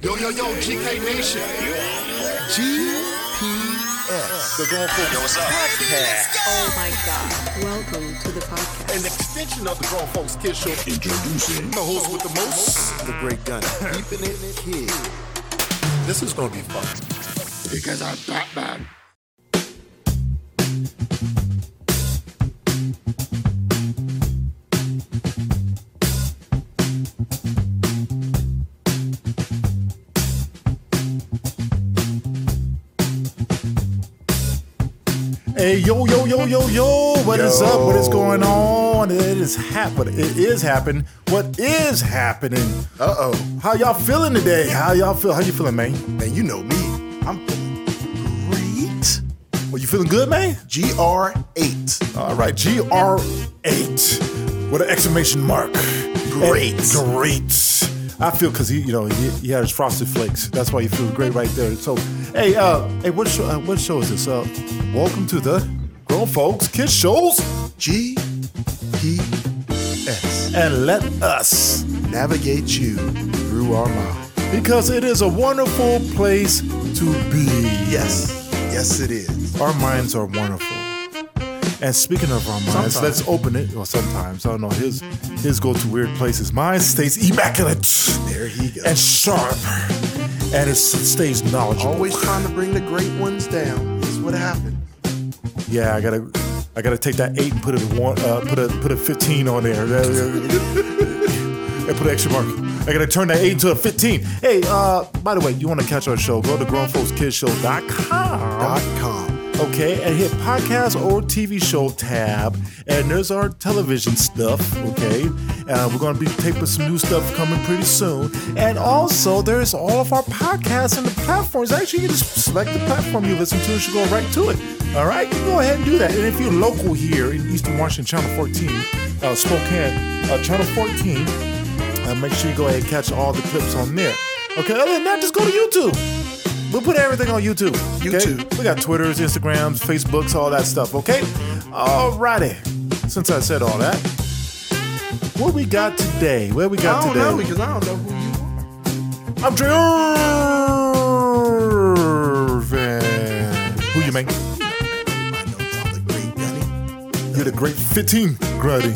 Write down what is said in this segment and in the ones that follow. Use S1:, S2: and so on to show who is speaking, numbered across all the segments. S1: yo, yo, GK Nation.
S2: GPS. The Grown Folks
S3: Yo, what's up?
S2: Podcast.
S4: Oh my God. Welcome to the podcast.
S1: An extension of the Grown Folks Kids Show. Introducing the host with the most.
S2: The Great Gun. Keeping it kid.
S1: This is gonna be fun. Because I'm Batman.
S5: Hey yo yo yo yo yo! What is up? What is going on? It is happening. It is happening. What is happening?
S2: Uh oh.
S5: How y'all feeling today? How y'all feel? How you feeling, man?
S2: Man, you know me. I'm feeling great.
S5: Well, you feeling good, man?
S2: GR8.
S5: All right, GR eight with an exclamation mark.
S2: Great.
S5: And great. I feel because he, you know, he, he had his frosted flakes. That's why he feels great right there. So, hey, uh, hey, what show? Uh, what show is this? Uh, welcome to the Grown Folks Kids Shows,
S2: GPS.
S5: and let us
S2: Navigate you through our mind.
S5: because it is a wonderful place to be.
S2: Yes. Yes, it is.
S5: Our minds are wonderful. And speaking of our minds, let's open it. Well, sometimes I don't know. His his go to weird places. Mine stays immaculate
S2: There he goes.
S5: and sharp, and it s- stays knowledgeable.
S2: Always trying to bring the great ones down. This is what happened. Oh.
S5: Yeah, I gotta I gotta take that eight and put it one uh, put a put a fifteen on there. and put an extra mark. I gotta turn that eight into a fifteen. Hey, uh, by the way, you wanna catch our show, go to grownfolkskidsshow.com.
S2: Dot com.
S5: Okay, and hit podcast or TV show tab, and there's our television stuff. Okay, uh, we're gonna be taping some new stuff coming pretty soon, and also there's all of our podcasts and the platforms. Actually, you can just select the platform you listen to, and you go right to it. All right, you go ahead and do that. And if you're local here in Eastern Washington, Channel 14, uh, Spokane, uh, Channel 14, uh, make sure you go ahead and catch all the clips on there. Okay, other than that, just go to YouTube. We'll put everything on YouTube. okay?
S2: YouTube.
S5: We got Twitters, Instagrams, Facebooks, all that stuff, okay? Alrighty. Since I said all that, what we got today? What we got
S2: I don't
S5: today?
S2: know because I don't know who you are.
S5: I'm Jervin. Who you make?
S2: I know I'm the great Gunny.
S5: You're the great 15 Gruddy.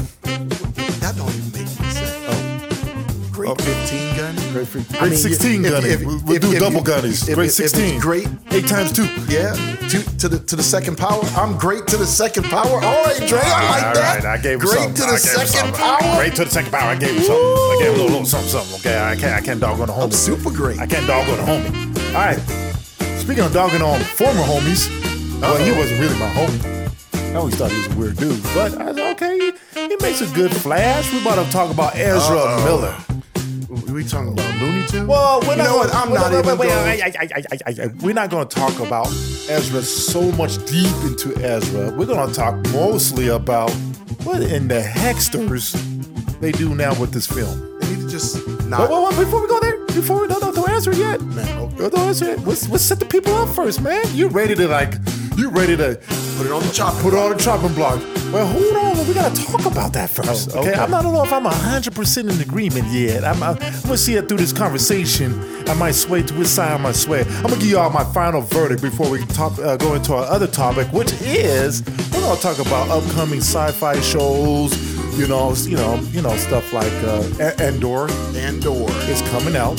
S2: That don't even make any sense. Oh. Great
S5: Okay.
S2: 15 gunny.
S5: Great, great
S2: I mean,
S5: 16
S2: if-
S5: Gunny.
S2: if-
S5: We'll, we'll
S2: if-
S5: do
S2: if
S5: double
S2: you-
S5: Gunnies.
S2: if-
S5: Great
S2: if it's
S5: 16.
S2: great-
S5: Eight times two.
S2: Yeah, to, to the to the second power. I'm great to the second power. All right, Dre, I like
S5: All
S2: that.
S5: right, I gave him
S2: great
S5: something.
S2: to
S5: I gave
S2: the
S5: him
S2: second
S5: something.
S2: power.
S5: Great to the second power. I gave him something. I gave him a little, little something, something. Okay, I can't, I can't dog on the homie.
S2: I'm super great.
S5: I can't dog on the homie. All right. Speaking of dogging on former homies, well, he wasn't really my homie. I always thought he was a weird dude, but I was okay. He, he makes a good flash. We about to talk about Ezra
S2: Uh-oh.
S5: Miller.
S2: We talking about Looney Tunes?
S5: Well, we're
S2: you
S5: not
S2: know what?
S5: gonna-
S2: I'm
S5: wait,
S2: not
S5: wait,
S2: even
S5: wait, wait,
S2: going.
S5: I- I- I- I- I- I- We're not going to talk about Ezra so much deep into Ezra. We're going to talk mostly about what in the hecksters they do now with this film.
S2: They need to just
S5: Wait,
S2: not.
S5: wait, wait, before we go there, before we no, Ah. no, don't answer it yet.
S2: Man, okay.
S5: Don't answer it. Let's, let's set the people up first, man. You ready to like? You ready to
S2: Put it on the chopper.
S5: put it on the chopping block? Well, hold on. We gotta talk about that first.
S2: Oh,
S5: okay.
S2: okay.
S5: I'm not I don't know if I'm hundred percent in agreement yet. I'm, I'm, I'm gonna see it through this conversation. I might sway to which side I might sway. I'm gonna give y'all my final verdict before we talk, uh, go into our other topic, which is we're gonna talk about upcoming sci-fi shows. You know, s- you know, you know, stuff like uh, A- Andor
S2: Andor
S5: is coming out.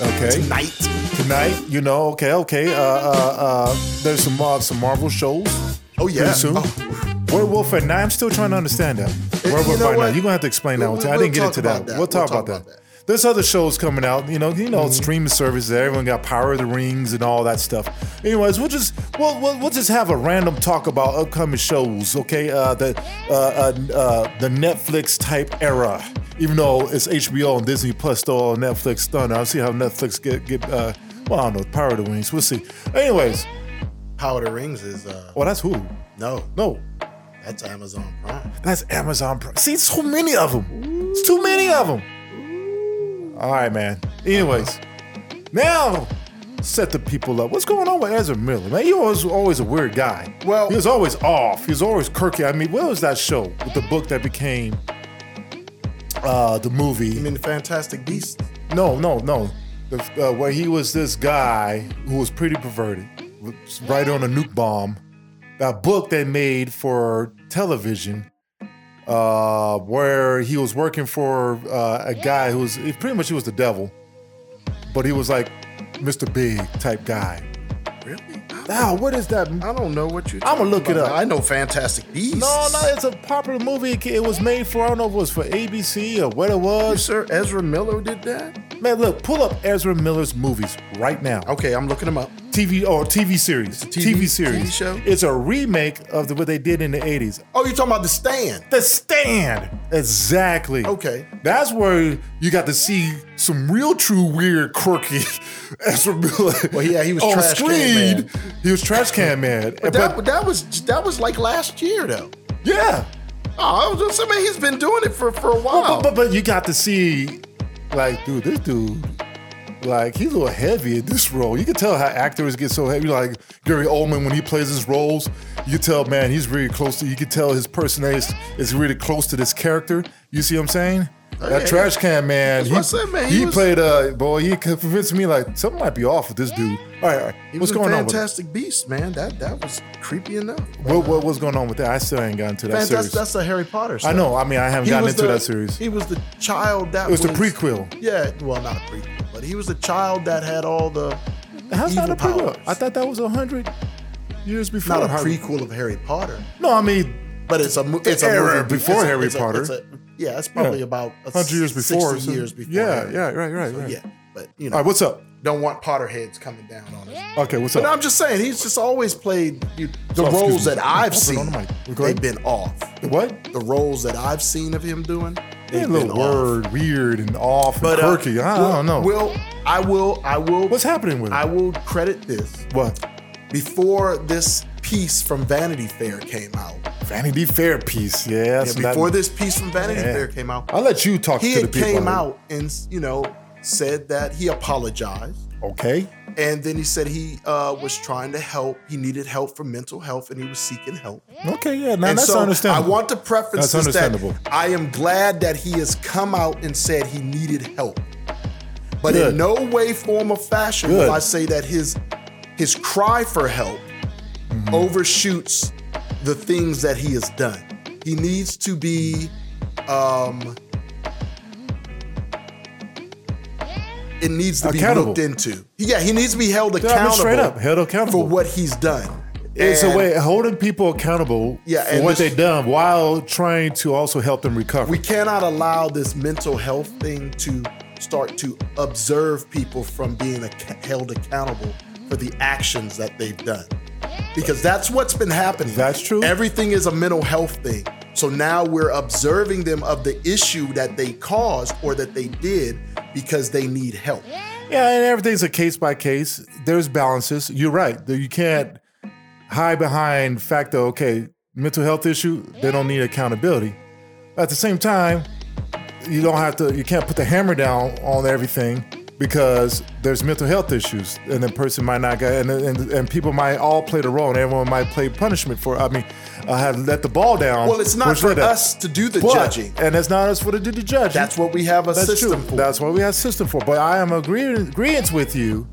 S5: Okay
S2: tonight.
S5: tonight. You know, okay, okay. Uh, uh, uh, there's some uh, some Marvel shows.
S2: Oh, yeah.
S5: pretty soon.
S2: Oh.
S5: Werewolf at Night. I'm still trying to understand that. Werewolf
S2: you know
S5: at
S2: what?
S5: Night. You're gonna have to explain that
S2: We-
S5: one. to
S2: we-
S5: me. I didn't
S2: we'll
S5: get into
S2: talk
S5: that.
S2: about that.
S5: We'll talk
S2: We'll
S5: about
S2: talk
S5: that.
S2: about that. Mm-hmm.
S5: There's other shows coming out. You know, you know, streaming services. Everyone got Power of the Rings and all that stuff. Anyways, we'll just we'll we'll, we'll just have a random talk about upcoming shows. Okay, uh, the uh, uh, uh, the Netflix type era. Even though it's HBO and Disney Plus still on Netflix thunder, I'll see how Netflix get get. Uh, well, I don't know. Power of the Rings. We'll see. Anyways,
S2: Power of the Rings is uh
S5: well, that's who.
S2: no,
S5: No,
S2: that's Amazon Prime.
S5: that's Amazon Prime. See, so many of them. It's too many of them. All right, man. Anyways, now set the people up. What's going on with Ezra Miller, man? He was always a weird guy.
S2: Well-
S5: he was always off. He was always quirky. I mean, what was that show with the book that became uh, the movie?
S2: You mean the Fantastic Beasts?
S5: No, no, no. the, uh, where he was this guy who was pretty perverted, was right on a nuke bomb. That book they made for television, uh, where he was working for uh, a guy who was he- pretty much he was the devil, but he was like Mr. Big type guy.
S2: Really?
S5: Now, what is that?
S2: I don't know what you.
S5: I'ma look it up.
S2: I know Fantastic Beasts.
S5: No, no, it's a popular movie. It was made for I don't know if it was for ABC or what it was.
S2: Sir Ezra Miller did that.
S5: Man, look, pull up Ezra Miller's movies right now.
S2: Okay, I'm looking him up.
S5: TV or TV series.
S2: a TV
S5: series.
S2: TV show?
S5: It's a remake of the, what they did in the 80s.
S2: Oh, you're talking about The Stand.
S5: The Stand. Exactly.
S2: Okay.
S5: That's where you got to see some real, true, weird, quirky Ezra Miller.
S2: Well, yeah, he was
S5: on
S2: trash can
S5: screen.
S2: man.
S5: He was trash can man.
S2: But that, that was that was like last year though.
S5: yeah,
S2: Oh, I was just saying, man, he's been doing it for, for a
S5: but,
S2: while.
S5: but but you got to see, like, dude, this dude, like, he's a little heavy in this role. You can tell how actors get so heavy. Like Gary Oldman when he plays his roles, you can tell, man, he's really close to. You can tell his personality is, is really close to this character. You see what I'm saying? that
S2: Oh, yeah,
S5: trash can man,
S2: That's what I said, man,
S5: he,
S2: he was-
S5: played uh boy. He convinced me like something might be off with this dude. All right, all right.
S2: he
S5: what's
S2: was in
S5: going on? With it?
S2: Fantastic Beast, man. That that was creepy enough.
S5: What, what what's going on with that? I still ain't gotten to that
S2: Man, that's
S5: series.
S2: that's the Harry Potter. Stuff.
S5: I know. I mean, I haven't
S2: He
S5: gotten
S2: was
S5: into
S2: the-
S5: that series.
S2: He was the child that
S5: It was the prequel.
S2: Yeah, well, not a prequel, but he was the child that had all the.
S5: How's that
S2: evil
S5: a prequel?
S2: powers.
S5: I thought that was a hundred years before.
S2: Not a
S5: Harry-
S2: prequel of Harry Potter,
S5: No, I mean,
S2: but it's a mo- it's a
S5: era
S2: movie
S5: before
S2: it's a-
S5: Harry
S2: it's a-
S5: Potter.
S2: it's a- yeah, it's probably about a
S5: hundred years before.
S2: 60
S5: so-
S2: years before.
S5: Yeah,
S2: Harry.
S5: yeah, right, right,
S2: So,
S5: right.
S2: yeah, but you know,
S5: All right, what's up?
S2: don't want Potterheads coming down on us.
S5: Okay, what's
S2: But
S5: up?
S2: I'm just saying, he's just always played you, the
S5: Oh, excuse
S2: roles
S5: me.
S2: that
S5: Pop
S2: I've
S5: it
S2: seen.
S5: on the mic. Go ahead.
S2: they've been off.
S5: what?
S2: The roles that I've seen of him doing,
S5: They
S2: they've
S5: a little
S2: been off.
S5: word, weird and off, and
S2: uh,
S5: quirky. I, I
S2: we'll-
S5: don't know.
S2: We'll, I will, I will.
S5: what's happening with it?
S2: I will credit this.
S5: what?
S2: Before this piece from Vanity Fair came out,
S5: Vanity Fair piece. Yeah.
S2: yeah,
S5: so that-
S2: before this piece from Vanity
S5: Yeah.
S2: Fair came out,
S5: I'll let you talk to
S2: he
S5: the
S2: had
S5: people.
S2: came out and you know said that he apologized.
S5: Okay.
S2: And then he said he uh, was trying to help. He needed help for mental health, and he was seeking help.
S5: Okay. Yeah. Now
S2: and
S5: that's
S2: so I
S5: understandable.
S2: want to preference
S5: That's
S2: this
S5: understandable.
S2: that I am glad that he has come out and said he needed help. But
S5: Good.
S2: in no way, form, or fashion
S5: Good.
S2: will I say that his his cry for help
S5: Mm-hmm.
S2: overshoots the things that he has done. He needs to be um it needs to be
S5: Accountable.
S2: looked into. Yeah, he needs to be held
S5: Yeah, I mean,
S2: accountable
S5: straight up, held accountable.
S2: for what he's done.
S5: It's a
S2: And-
S5: way holding people accountable
S2: Yeah,
S5: for
S2: and
S5: what
S2: this-
S5: they've done while trying to also help them recover.
S2: we cannot allow this mental health thing to start to observe people from being ac- held accountable for the actions that they've done because that's what's been happening
S5: That's true.
S2: everything is a mental health thing so now we're observing them of the issue that they caused or that they did because they need help
S5: Yeah, and everything's a case by case. There's balances. You're right. That You can't hide behind fact that okay, mental health issue. They don't need accountability. At the same time, you don't have to. You can't put the hammer down on everything because there's mental health issues, and the person might not get, and and, and people might all play the role, and everyone might play punishment for. I mean, I have let the ball down.
S2: well it's not
S5: which
S2: for
S5: led to-
S2: us to do the
S5: But-
S2: judging
S5: and it's not us for the, the judging.
S2: that's what we have a
S5: That's
S2: system
S5: true.
S2: for
S5: That's what we have system for. But I am agreeing agreeance with you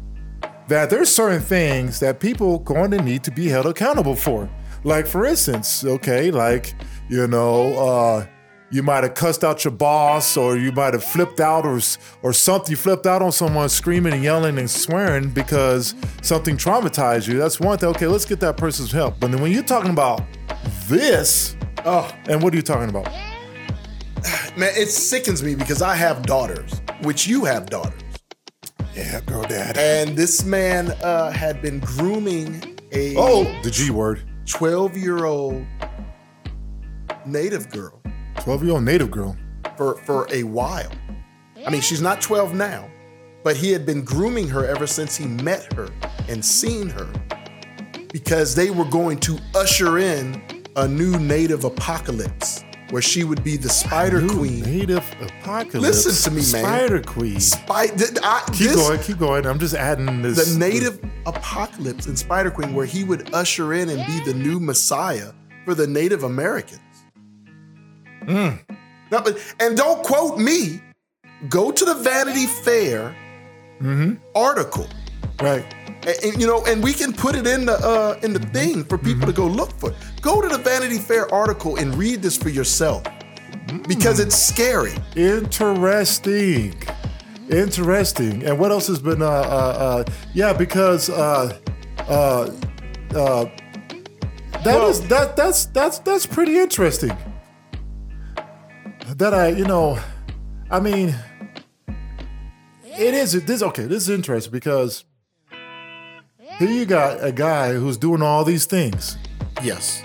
S5: that there's certain things that people going to need to be held accountable for. Like for instance, okay, like you know, uh, you might have cussed out your boss, or you might have flipped out, or s- or something. You flipped out on someone screaming and yelling and swearing because something traumatized you. That's one thing. Okay, let's get that person's help. But then when you're talking about this,
S2: oh
S5: and what are you talking about?
S2: man it sickens me because i have daughters which you have daughters
S5: Yeah, girl, dad.
S2: and this man uh, had been grooming a
S5: Oh, the G word.
S2: 12 year old native girl
S5: 12 year old native girl.
S2: for, for a while. I mean, she's not 12 now, but he had been grooming her ever since he met her and seen her because they were going to usher in a new native apocalypse where she would be the spider
S5: New
S2: queen.
S5: Native apocalypse.
S2: Listen to me, man.
S5: Spider queen.
S2: Spy- th- I-
S5: Keep
S2: this-
S5: going, keep going. I'm just adding this.
S2: the native apocalypse in Spider Queen, where he would usher in and be the new messiah for the Native Americans. Mm. No, but- and don't quote me. Go to the Vanity Fair article.
S5: Right.
S2: And, and, you know, and we can put it in the uh, in the thing for people to go look for. it. Go to the Vanity Fair article and read this for yourself, because it's scary.
S5: Interesting. Interesting. And what else has been? Uh, uh, uh, yeah, because uh, uh, uh, that is- that that's that's that's pretty interesting. That I you know, I mean, it is this okay? This is interesting because here you got a guy who's doing all these things.
S2: Yes.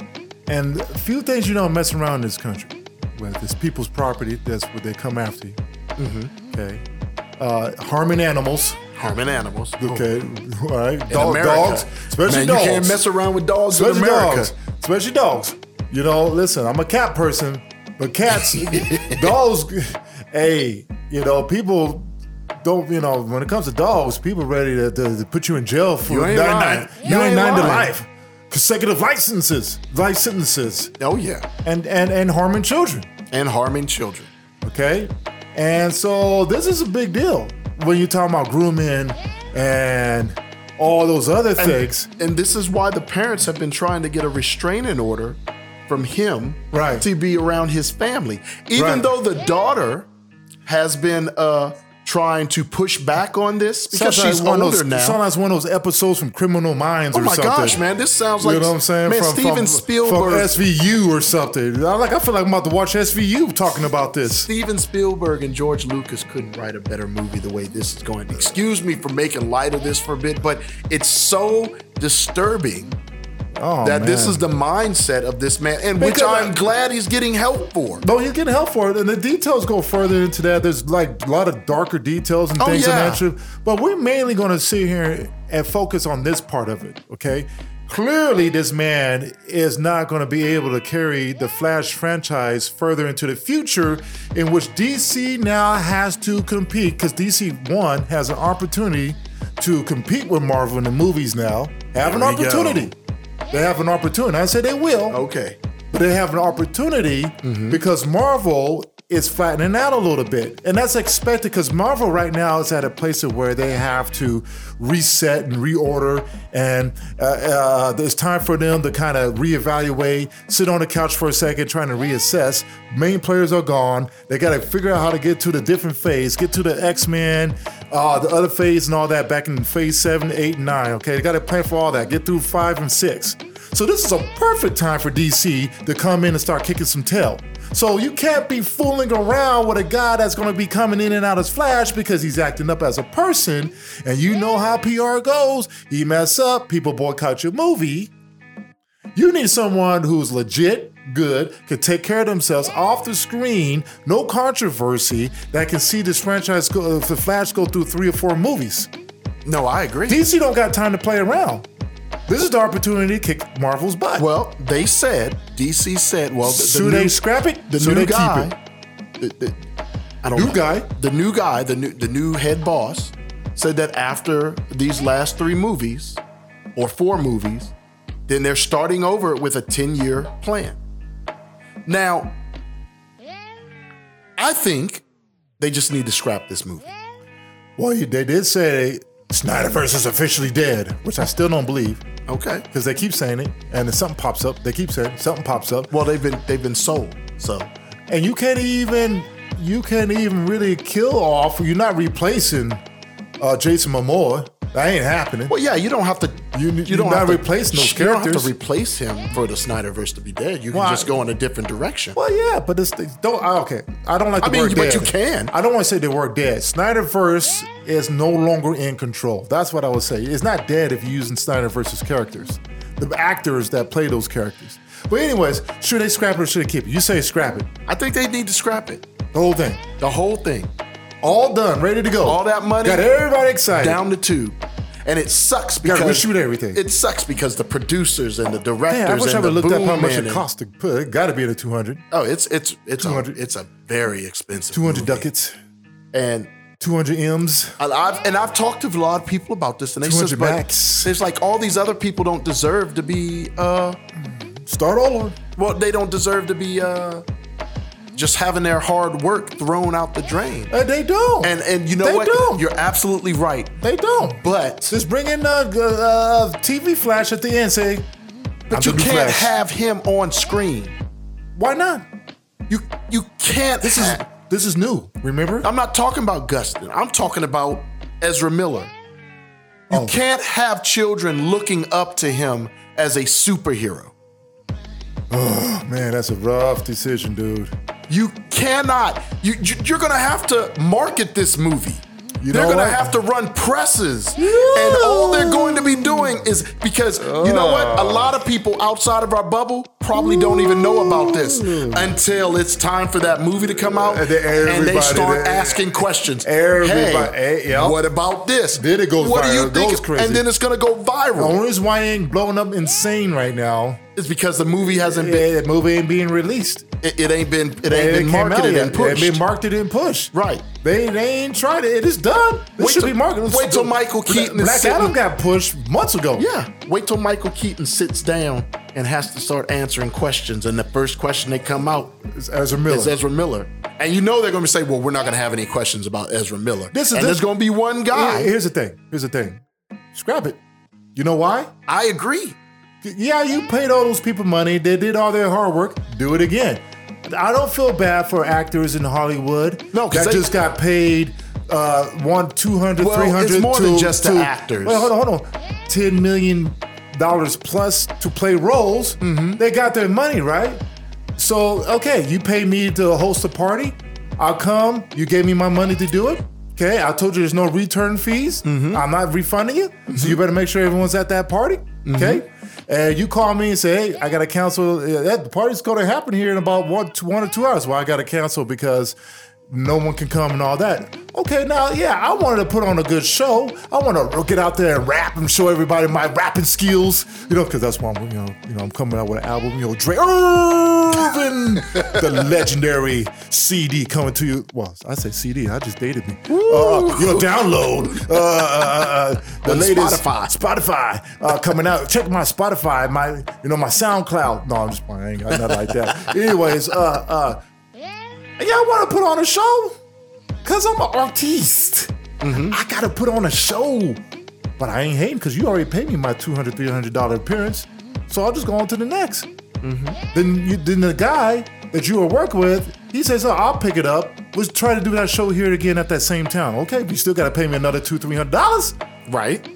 S5: And a few things you don't mess around in this country with is people's property. That's what they come after you.
S2: Mm-hmm.
S5: Okay. Uh, harming animals.
S2: Harming animals.
S5: Okay. All right.
S2: Oh. In
S5: Dog,
S2: America.
S5: dogs. Especially
S2: Man,
S5: dogs.
S2: You can't mess around with dogs in
S5: especially
S2: America.
S5: dogs. Especially dogs. You know, listen, I'm a cat person, but cats, dogs, hey, you know, people don't, you know, when it comes to dogs, people ready to, to, to put you in jail for
S2: You ain't
S5: nine,
S2: lying.
S5: nine-
S2: You
S5: nine-
S2: ain't
S5: nine to
S2: lying.
S5: life. Consecutive licenses, life sentences
S2: Oh yeah,
S5: and and and harming children.
S2: and harming children.
S5: Okay, and so this is a big deal when you're talking about grooming and all those other things.
S2: And this is why the parents have been trying to get a restraining order from him
S5: Right.
S2: to be around his family. Even
S5: Right.
S2: though the daughter has been uh, trying to push back on this because
S5: Sounds like
S2: she's
S5: one
S2: older
S5: of those,
S2: now.
S5: Sounds like one of those episodes from Criminal Minds
S2: oh
S5: or
S2: my
S5: something.
S2: gosh, man, this sounds like
S5: you know what I'm saying?
S2: man,
S5: from,
S2: Steven
S5: from,
S2: Spielberg.
S5: from SVU or something. I like. I feel like I'm about to watch SVU talking about this.
S2: Steven Spielberg and George Lucas couldn't write a better movie the way this is going. Excuse me for making light of this for a bit, but it's so disturbing
S5: Oh,
S2: that this
S5: man.
S2: is the mindset of this man, and which
S5: Because I-
S2: I'm glad he's getting help for.
S5: No, you get help for it, and the details go further into that. There's like a lot of darker details and
S2: Oh,
S5: things
S2: yeah.
S5: of that nature. But we're mainly going to sit here and focus on this part of it. Okay, clearly this man is not going to be able to carry the Flash franchise further into the future, in which DC now has to compete because DC one has an opportunity to compete with Marvel in the movies now. Have an
S2: There we go.
S5: opportunity. They have an opportunity. I said they will
S2: Okay.
S5: but they have an opportunity because Marvel is flattening out a little bit. And that's expected because Marvel right now is at a place of where they have to reset and reorder. And uh, uh, it's time for them to kind of reevaluate, sit on the couch for a second, trying to reassess. Main players are gone. They got to figure out how to get to the different phase, get to the X Men, uh, the other phase, and all that back in phase seven, eight, and nine. Okay, they got to plan for all that, get through five and six. So this is a perfect time for DC to come in and start kicking some tail. So you can't be fooling around with a guy that's going to be coming in and out as Flash because he's acting up as a person, and you know how PR goes. You mess up, people boycott your movie. You need someone who's legit, good, can take care of themselves off the screen, no controversy, that can see this franchise, go, uh, the Flash, go through three or four movies.
S2: No, I agree.
S5: DC don't got time to play around. This is the opportunity to kick Marvel's butt.
S2: well, they said DC said. Well, the, the
S5: so
S2: new,
S5: they scrap it.
S2: the
S5: so
S2: new
S5: they
S2: guy.
S5: keep it.
S2: the- the- I don't
S5: New
S2: know.
S5: guy.
S2: The new guy. The new the new head boss said that after these last three movies, or four movies, then they're starting over with a ten year plan. Now, I think they just need to scrap this movie.
S5: Well, you- they did say Snyderverse is officially dead, which I still don't believe
S2: Okay.
S5: because they keep saying it, and then something pops up. They keep saying it, something pops up,
S2: Well, they've been they've been sold. So
S5: and you can't even you can't even really kill off. You're not replacing uh, Jason Momoa. That ain't happening.
S2: Well, yeah, you don't have to.
S5: You- you not replace those
S2: You don't have
S5: characters.
S2: to replace him for the Snyderverse to be dead. You can
S5: Why?
S2: just go in a different direction.
S5: Well, yeah, but this thing, don't. I- Okay, I don't like.
S2: I
S5: The
S2: mean,
S5: word
S2: but
S5: dead.
S2: you can.
S5: I don't want to say the word dead. Snyderverse is no longer in control. That's what I would say. It's not dead if you're using Snyderverse's characters, the actors that play those characters. But anyways, should they scrap it or should they keep it? You say scrap it,
S2: I think they need to scrap it.
S5: the whole thing,
S2: The whole thing
S5: all done, ready to go.
S2: All that money
S5: got everybody excited.
S2: down the tube, and it sucks because
S5: gotta reshoot everything.
S2: It sucks because the producers and the directors.
S5: Man, I wish
S2: and
S5: I would
S2: the
S5: looked up how
S2: boom
S5: much
S2: man
S5: it
S2: and-
S5: cost to put. It got to be in the 200,
S2: Oh, it's it's it's a,
S5: 200
S2: it's a very expensive
S5: 200
S2: movie.
S5: ducats,
S2: and
S5: 200 m's.
S2: And I've, and I've talked to a lot of people about this, and they
S5: 200
S2: says, but
S5: max.
S2: there's like all these other people don't deserve to be. uh
S5: Start all over.
S2: Well, they don't deserve to be uh just having their hard work thrown out the drain.
S5: Uh, they don't.
S2: And and you know
S5: they
S2: what?
S5: don't.
S2: You're absolutely right.
S5: they don't.
S2: But
S5: Just bring in a, uh TV flash at the end. Say,
S2: but you can't have him on screen.
S5: Why not?
S2: You you can't. This is this is new.
S5: Remember?
S2: I'm not talking about Gustin. I'm talking about Ezra Miller. You
S5: Oh.
S2: can't have children looking up to him as a superhero.
S5: man, that's a rough decision, dude.
S2: You cannot. You, you you're gonna have to market this movie.
S5: You
S2: they're
S5: know
S2: gonna
S5: what?
S2: have to run presses, and all they're going to be doing is because you know
S5: Uh.
S2: what? A lot of people outside of our bubble probably don't even know about this until it's time for that movie to come out,
S5: Mm. And then
S2: and they
S5: everybody-
S2: start
S5: they-
S2: asking questions.
S5: Everybody-
S2: hey,
S5: eh, yep.
S2: what about this?
S5: Then it goes
S2: What do
S5: viral.
S2: you
S5: It
S2: think?
S5: goes crazy.
S2: And then it's gonna go
S5: The
S2: viral.
S5: only reason why it ain't blowing up insane right now,
S2: It's because the movie hasn't been.
S5: eh, that movie ain't being released.
S2: It, it ain't been. It ain't
S5: It
S2: been
S5: came out
S2: marketed
S5: yet.
S2: and pushed.
S5: It ain't been marketed and pushed.
S2: Right.
S5: They, they ain't tried it. It is done. This
S2: Wait
S5: should
S2: till-
S5: be marketed.
S2: wait till Michael Keaton is
S5: Black
S2: sitting-
S5: Adam got pushed months ago.
S2: Yeah. Wait till Michael Keaton sits down and has to start answering questions. And the first question they come out
S5: It's Ezra Miller.
S2: is Ezra Miller. And you know they're going to say, well, we're not going to have any questions about Ezra Miller.
S5: This is-
S2: and
S5: this-
S2: there's going to be one guy.
S5: Here- Ah, Here's the thing. Here's the thing. Scrap it. You know why?
S2: I agree.
S5: Yeah, you paid all those people money. They did all their hard work. Do it again. I don't feel bad for actors in Hollywood
S2: No, 'cause
S5: that
S2: they-
S5: just got paid uh, one, 200,
S2: Well,
S5: 300.
S2: it's more
S5: to,
S2: than just the
S5: to-
S2: actors.
S5: Wait, hold on, hold on. $10 million plus to play roles.
S2: Mm-hmm.
S5: They got their money, right? So, okay, you pay me to host a party. I'll come. You gave me my money to do it. Okay, I told you there's no return fees.
S2: Mm-hmm.
S5: I'm not refunding you. So you better make sure everyone's at that party.
S2: Mm-hmm.
S5: Okay. And you call me and say, hey, I got to cancel. uh, That the party's going to happen here in about one, two, one or two hours. Well, I got to cancel because no one can come and all that. Okay, now, yeah, I wanted to put on a good show. I want to get out there and rap and show everybody my rapping skills, you know, because that's why I'm, you know, you know, I'm coming out with an album, you know, Dre Irvin, the legendary CD coming to you. Well, I say CD, I just dated me. Uh, you know, download uh, uh, uh, the
S2: On
S5: latest
S2: Spotify.
S5: Spotify uh, coming out. Check my Spotify, my you know my SoundCloud. No, I'm just playing. I ain't got nothing like that. Anyways, uh, uh, y'all want to put on a show? Cause I'm an artiste. I gotta put on a show. But I ain't hating because you already paid me my $200, $300 appearance. So I'll just go on to the next. Then you, then the guy that you were working with, he says, oh, I'll pick it up. Let's try to do that show here again at that same town. Okay, but you still gotta pay me another two, three hundred dollars.
S2: Right.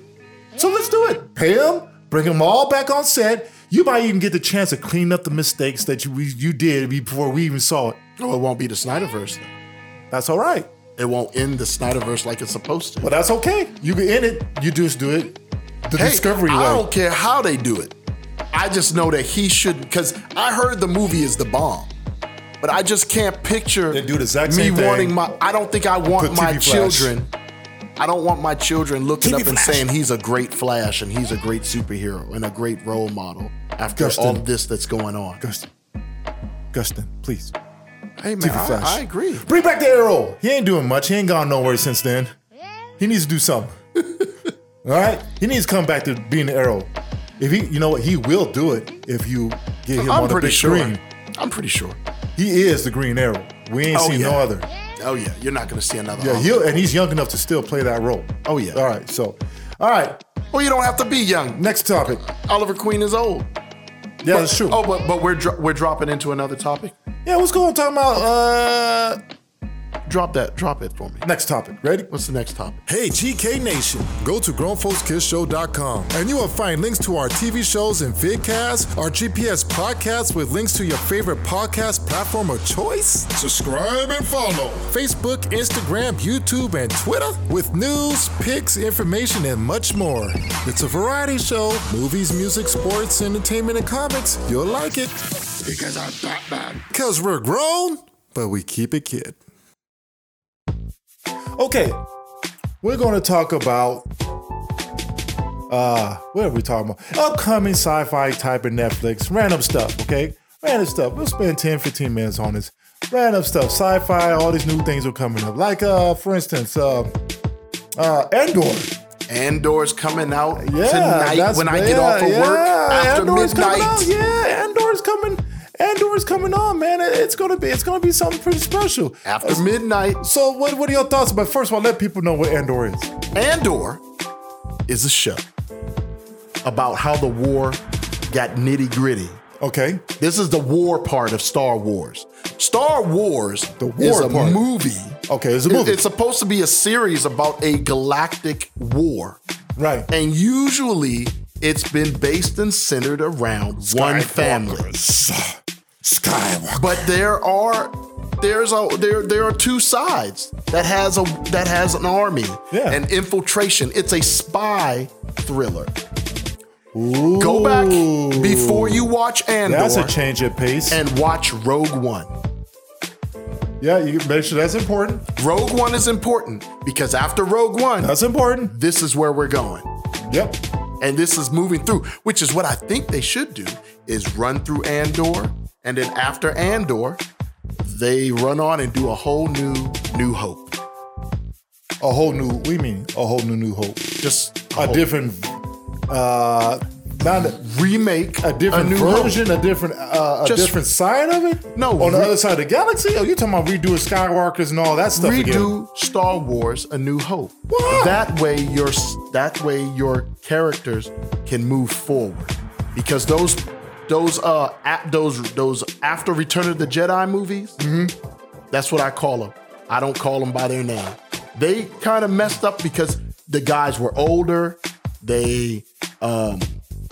S5: So let's do it. Pay them, bring them all back on set. You might even get the chance to clean up the mistakes that you we, you did before we even saw it.
S2: Well, it won't be the Snyderverse. Then.
S5: That's all right.
S2: It won't end the Snyderverse like it's supposed to.
S5: But that's okay. You can end it. You just do it the
S2: Hey,
S5: discovery
S2: I
S5: way.
S2: don't care how they do it. I just know that he should because I heard the movie is the bomb. But I just can't picture
S5: They do the exact
S2: me
S5: same thing.
S2: wanting my I don't think I
S5: Put
S2: want my
S5: TV Flash.
S2: children. I don't want my children looking
S5: TV
S2: up and
S5: Flash.
S2: saying he's a great Flash and he's a great superhero and a great role model after
S5: Gustin.
S2: all of this that's going on.
S5: Gustin, Gustin, please.
S2: Hey man,
S5: TV
S2: I,
S5: Flash.
S2: I agree.
S5: Bring back the arrow. He ain't doing much. He ain't gone nowhere since then. He needs to do something. all right. He needs to come back to being the arrow. If he, you know what, he will do it if you get him
S2: I'm
S5: on the
S2: pretty
S5: big
S2: sure.
S5: screen.
S2: I'm pretty sure.
S5: He is the Green Arrow. We ain't
S2: Oh,
S5: seen no
S2: yeah.
S5: other.
S2: Oh yeah, you're not gonna see another.
S5: Yeah,
S2: Oliver.
S5: he'll, and he's young enough to still play that role.
S2: Oh, yeah.
S5: All right. So, all right.
S2: Well, you don't have to be young.
S5: Next topic.
S2: Oliver Queen is old.
S5: Yeah, that's true.
S2: Oh, but but we're dro- we're dropping into another topic.
S5: yeah. What's going on? Talking about uh,
S2: Drop that. Drop it for me.
S5: next topic. Ready?
S2: What's the next topic?
S3: Hey, GK Nation, go to grownfolkskidsshow.com and you will find links to our TV shows and vidcasts, our GPS podcasts with links to your favorite podcast platform of choice. Subscribe and follow Facebook, Instagram, YouTube, and Twitter with news, pics, information, and much more. It's a variety show, movies, music, sports, entertainment, and comics. You'll like it. Because I'm Batman. Because we're grown, but we keep it kid.
S5: Okay. We're going to talk about uh, what are we talking about? Upcoming sci-fi type of Netflix, random stuff. Okay, random stuff. We'll spend 10, 15 minutes on this. Random stuff, sci-fi. All these new things are coming up. Like uh, for instance, uh, uh, Endor.
S2: Andor's coming out
S5: Yeah,
S2: tonight
S5: that's-
S2: when I get off of
S5: yeah,
S2: work
S5: yeah,
S2: after
S5: Andor's coming out.
S2: midnight.
S5: Yeah, Andor's coming. Andor's coming on, man. It- It's gonna be it's gonna be something pretty special.
S1: After midnight,
S5: So what what are your thoughts? But first of all, let people know what Andor is.
S1: Andor is a show about how the war got nitty gritty.
S5: Okay.
S1: This is the war part of Star Wars. Star Wars the
S5: war
S1: is a
S5: part.
S1: movie.
S5: Okay, it's a
S1: It-
S5: movie.
S1: It's supposed to be a series about a galactic war.
S5: right.
S1: And usually it's been based and centered around one family.
S5: Skywalker.
S1: But there are there's a there there are two sides that has a that has an army
S5: Yeah.
S1: and infiltration. It's a spy thriller. Go back before you watch Andor
S5: That's a change of pace.
S1: and watch Rogue One.
S5: yeah, you make sure that's important.
S1: Rogue One is important because after Rogue One,
S5: That's important.
S1: this is where we're going.
S5: Yep.
S1: And this is moving through, which is what I think they should do is run through Andor and then after Andor, they run on and do a whole new New Hope.
S5: A whole new. We mean a whole new new hope.
S1: Just
S5: A
S1: whole-
S5: different. Uh, not a,
S1: remake
S5: a different
S1: new
S5: version, a different, uh, a
S1: Just-
S5: different side of it.
S1: No,
S5: on the
S1: re-
S5: other side of the galaxy. Oh, you talking about redoing Skywalkers and all that stuff
S1: Hope.
S5: again?
S1: Redo Star Wars: A New Hope.
S5: Why?
S1: That way, your that way your characters can move forward because those those uh at those those after Return of the Jedi movies.
S5: Mm-hmm.
S1: That's what I call them. I don't call them by their name. They kind of messed up because the guys were older. They um,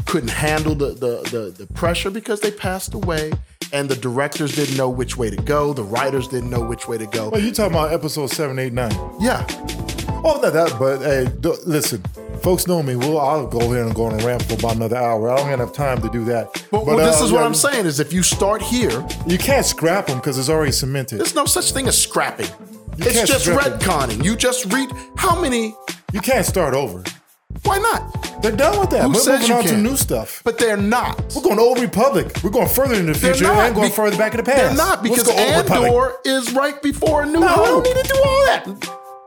S1: couldn't handle the, the the the pressure because they passed away, and the directors didn't know which way to go. The writers didn't know which way to go.
S5: Well, Oh, you talking about episode seven, eight, nine?
S1: Yeah,
S5: Oh, not that, but hey, d- listen, folks know me. Well, I'll go here and go on a rant for about another hour. I don't have enough time to do that.
S1: but, well, this
S5: uh,
S1: is what
S5: yeah,
S1: I'm saying: is if you start here,
S5: You can't scrap them because it's already cemented.
S1: there's no such thing as scrapping.
S5: can't
S1: It's just
S5: scrap it.
S1: retconning. You just read how many.
S5: You can't start over.
S1: Why not?
S5: They're done with that.
S1: Who
S5: We're
S1: says
S5: moving
S1: you
S5: on to
S1: can?
S5: new stuff.
S1: But they're not.
S5: We're going to Old Republic. We're going further in the
S1: They're
S5: future
S1: not
S5: and going
S1: be-
S5: further back in the past.
S1: They're not because
S5: Let's go Old Republic.
S1: Andor is right before a new
S5: No, we
S1: hope.
S5: don't need to do all that.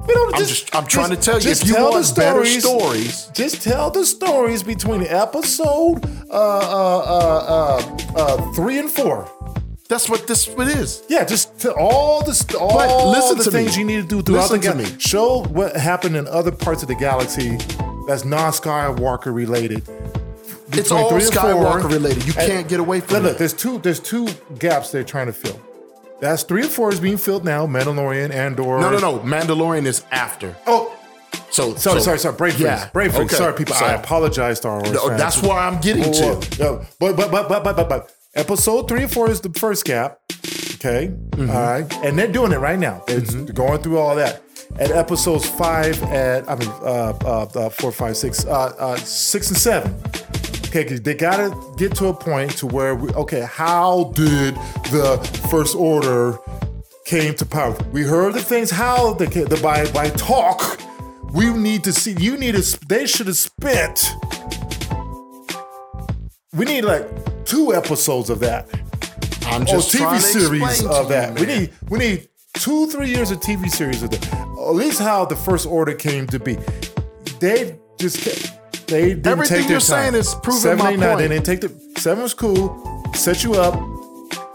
S5: We don't-
S1: I'm just- I'm trying to tell you, if you want better stories-
S5: just tell the stories between episode uh, uh, uh, uh, uh, three and four.
S1: That's what this what is.
S5: Yeah, just to all the st- all
S1: listen
S5: the
S1: to me.
S5: things you need to do throughout
S1: Listen
S5: the
S1: to
S5: ga-
S1: me.
S5: Show what happened in other parts of the galaxy that's non-Skywalker related.
S1: It's
S5: Between
S1: all
S5: three and four,
S1: Oh, Skywalker related. You
S5: and-
S1: can't get away
S5: Look,
S1: from
S5: Look,
S1: it.
S5: there's two there's two gaps they're trying to fill. That's three and four is being filled now. Mandalorian, Andor.
S1: No, no, no. Mandalorian is after.
S5: Oh,
S1: So
S5: sorry, sorry, sorry. Brave freeze.
S1: Yeah.
S5: Brave freeze.
S1: Okay.
S5: Sorry, people. I
S1: Sorry.
S5: apologize, Star Wars.
S1: No,
S5: fans.
S1: that's where I'm getting
S5: Whoa,
S1: to.
S5: whoa. No, but, but but but but but but episode three and four is the first gap. Okay.
S1: Mm-hmm.
S5: All right. And they're doing it right now. They're going through all that. At episodes five and I mean uh, uh, uh four, five, six, uh, uh six and seven. Okay, 'cause they gotta get to a point to where we okay, how did the first order came to power? We heard the things how the the by by talk. We need to see. You need to. They should have spent we need like two episodes of that,
S1: I'm
S5: or
S1: just
S5: TV
S1: trying to
S5: series
S1: explain to
S5: of that.
S1: you,
S5: We
S1: man.
S5: need we need two three years of TV series of that. At least how the first order came to be. They just ca- they didn't
S1: Everything
S5: take their
S1: you're
S5: time.
S1: saying is proving
S5: Seven,
S1: my
S5: eight, nine,
S1: point.
S5: They didn't take the seven was cool. Set you up.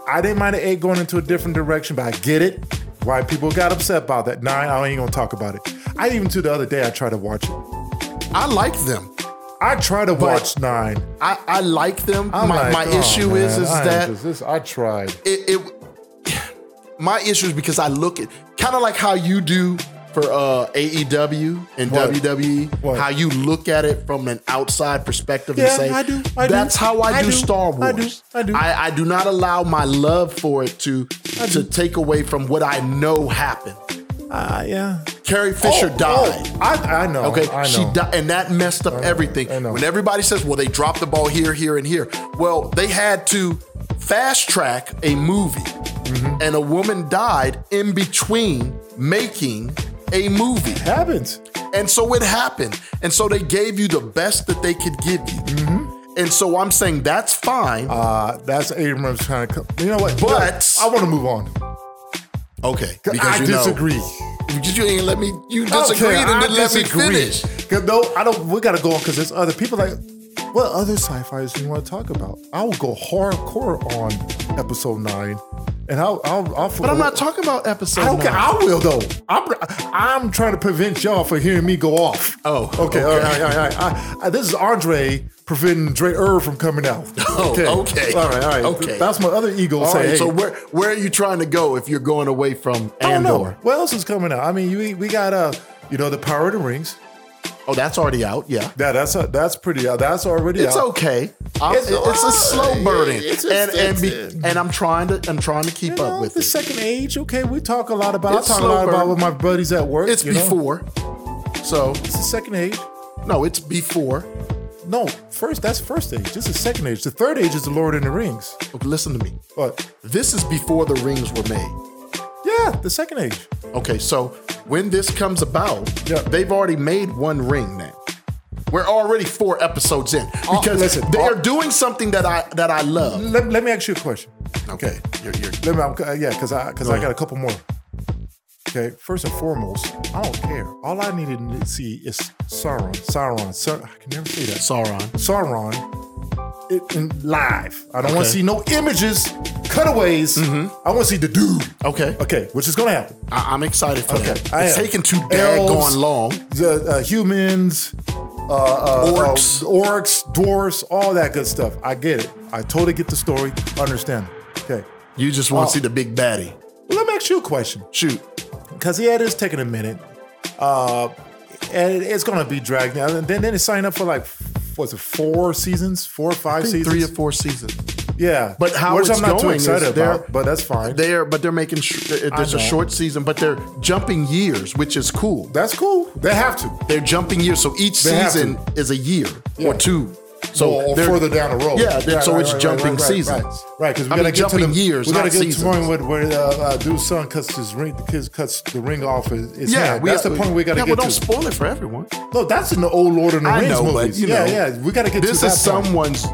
S5: I didn't mind the eight going into a different direction, but I get it. Why people got upset about that. Nine, I ain't gonna talk about it. I even to the other day I tried to watch it.
S1: I like them.
S5: I tried to watch nine.
S1: I, I like them.
S5: I'm
S1: my
S5: like,
S1: my
S5: oh,
S1: issue is
S5: man,
S1: is
S5: I am
S1: that
S5: just- this, I tried.
S1: it, it my issue is because I look at kind of like how you do for uh, AEW and
S5: What?
S1: WWE,
S5: What?
S1: how you look at it from an outside perspective
S5: Yeah,
S1: and say,
S5: I do, I do,
S1: "That's how I,
S5: I
S1: do,
S5: do,
S1: Star
S5: I
S1: Wars."
S5: do, I do.
S1: I, I do not allow my love for it to to take away from what I know happened.
S5: Ah, yeah.
S1: Carrie Fisher
S5: Oh,
S1: died.
S5: oh, I, I know.
S1: Okay,
S5: I know.
S1: she died, and that messed up everything.
S5: I know.
S1: When everybody says, "Well, they dropped the ball here, here, and here," well, they had to fast track a movie, and a woman died in between making a movie,
S5: Happens.
S1: and so it happened, and so they gave you the best that they could give you, and so I'm saying that's fine.
S5: Mm-hmm. Uh, that's Abrams trying to come. You know what?
S1: But-
S5: I want to move on.
S1: okay,
S5: I disagree.
S1: Know, you ain't let me. You disagreed
S5: Okay,
S1: and
S5: I
S1: didn't let me
S5: disagree.
S1: finish.
S5: 'Cause No, I don't. We gotta go on because there's other people like. What other sci-fi's do you want to talk about? I will go hardcore on episode nine, and I'll I'll, I'll
S1: But I'm not talking about episode.
S5: I don't care.
S1: nine.
S5: I will though. I'm I'm trying to prevent y'all from hearing me go off.
S1: Oh,
S5: okay. All right, all right, all right. I, I, this is Andre preventing Dre Irv from coming out.
S1: Oh, okay.
S5: All right, all right.
S1: Okay.
S5: That's my other ego
S1: All
S5: saying.
S1: right,
S5: hey,
S1: so where where are you trying to go if you're going away from
S5: I don't know.
S1: Andor?
S5: What else is coming out? I mean, you, we got uh, you know, the Power of the Rings.
S1: Oh, that's already out. Yeah.
S5: Yeah, that's a, that's pretty. Uh, that's already.
S1: It's
S5: out.
S1: okay. I'm-
S5: It's
S1: it's, a
S5: alright.
S1: slow burning,
S6: It's just-
S1: and and,
S6: it's-
S1: be, and I'm trying to I'm trying to keep
S5: You
S1: up
S5: know,
S1: with
S5: the
S1: it.
S5: second age. Okay, we talk a lot about.
S1: It's
S5: I talk a lot
S1: slow
S5: about
S1: burn.
S5: with my buddies at work.
S1: It's
S5: you know?
S1: before, so
S5: It's the second age.
S1: no, it's before.
S5: No, first that's first age. This is second age. The third age is the Lord in the Rings.
S1: Look, Listen to me.
S5: But
S1: This is before the rings were made.
S5: yeah, the second age.
S1: Okay, so when this comes about,
S5: Yeah.
S1: they've already made one ring now. We're already four episodes in
S5: Oh,
S1: because
S5: listen,
S1: they
S5: oh.
S1: are doing something that I that I love.
S5: Let, let me ask you a question.
S1: Okay, you're, you're
S5: Let me, I'm, uh, yeah, because I because I got a couple more. Okay, first and foremost, I don't care. All I needed to see is Sauron. Sauron. Sar- I can never say that.
S1: Sauron.
S5: Sauron it, in live. I don't want to see no images, cutaways. I want to see the dude.
S1: Okay.
S5: Okay, which is gonna happen.
S1: I, I'm excited for
S5: Okay,
S1: that.
S5: I
S1: it's
S5: am.
S1: taking too daggone
S5: Elves.
S1: long.
S5: The uh, humans, uh, uh,
S1: Orcs.
S5: uh, orcs, dwarfs, all that good stuff. I get it. I totally get the story. Understand. it. Okay.
S1: You just want
S5: Oh.
S1: to see the big baddie.
S5: Well, let me ask you a question.
S1: Shoot.
S5: because yeah, it is taking a minute, uh, and it's gonna be dragged out. And then then they sign up for like, what's it, four seasons, four or five
S1: think
S5: seasons,
S1: three or four seasons.
S5: yeah.
S1: But how
S5: which
S1: it's
S5: I'm not too
S1: going is
S5: excited
S1: they're-
S5: about, but that's fine.
S1: They're but they're making sh- there's a
S5: know.
S1: short season, but they're jumping years, which is cool.
S5: that's cool. They have to.
S1: They're jumping years, so each
S5: They have
S1: season is a year
S5: Yeah.
S1: or two. So
S5: or
S1: they're-
S5: further down the road.
S1: Yeah, they're- so it's jumping
S5: right,
S1: seasons.
S5: Right, right, because we
S1: I
S5: gotta
S1: mean,
S5: get to
S1: jumping
S5: the,
S1: years,
S5: We gotta
S1: not
S5: get to the
S1: seasons.
S5: point where, where uh, uh, dude's son cuts his ring, the kid cuts the ring off his, his
S1: Yeah,
S5: hand. that's the point we gotta
S1: yeah, well,
S5: get to.
S1: don't spoil it for everyone.
S5: no, that's in the old Lord of the
S1: I
S5: Rings
S1: know, but,
S5: movies.
S1: you know,
S5: yeah, yeah, we gotta get
S1: This
S5: to that
S1: is
S5: point.
S1: someone's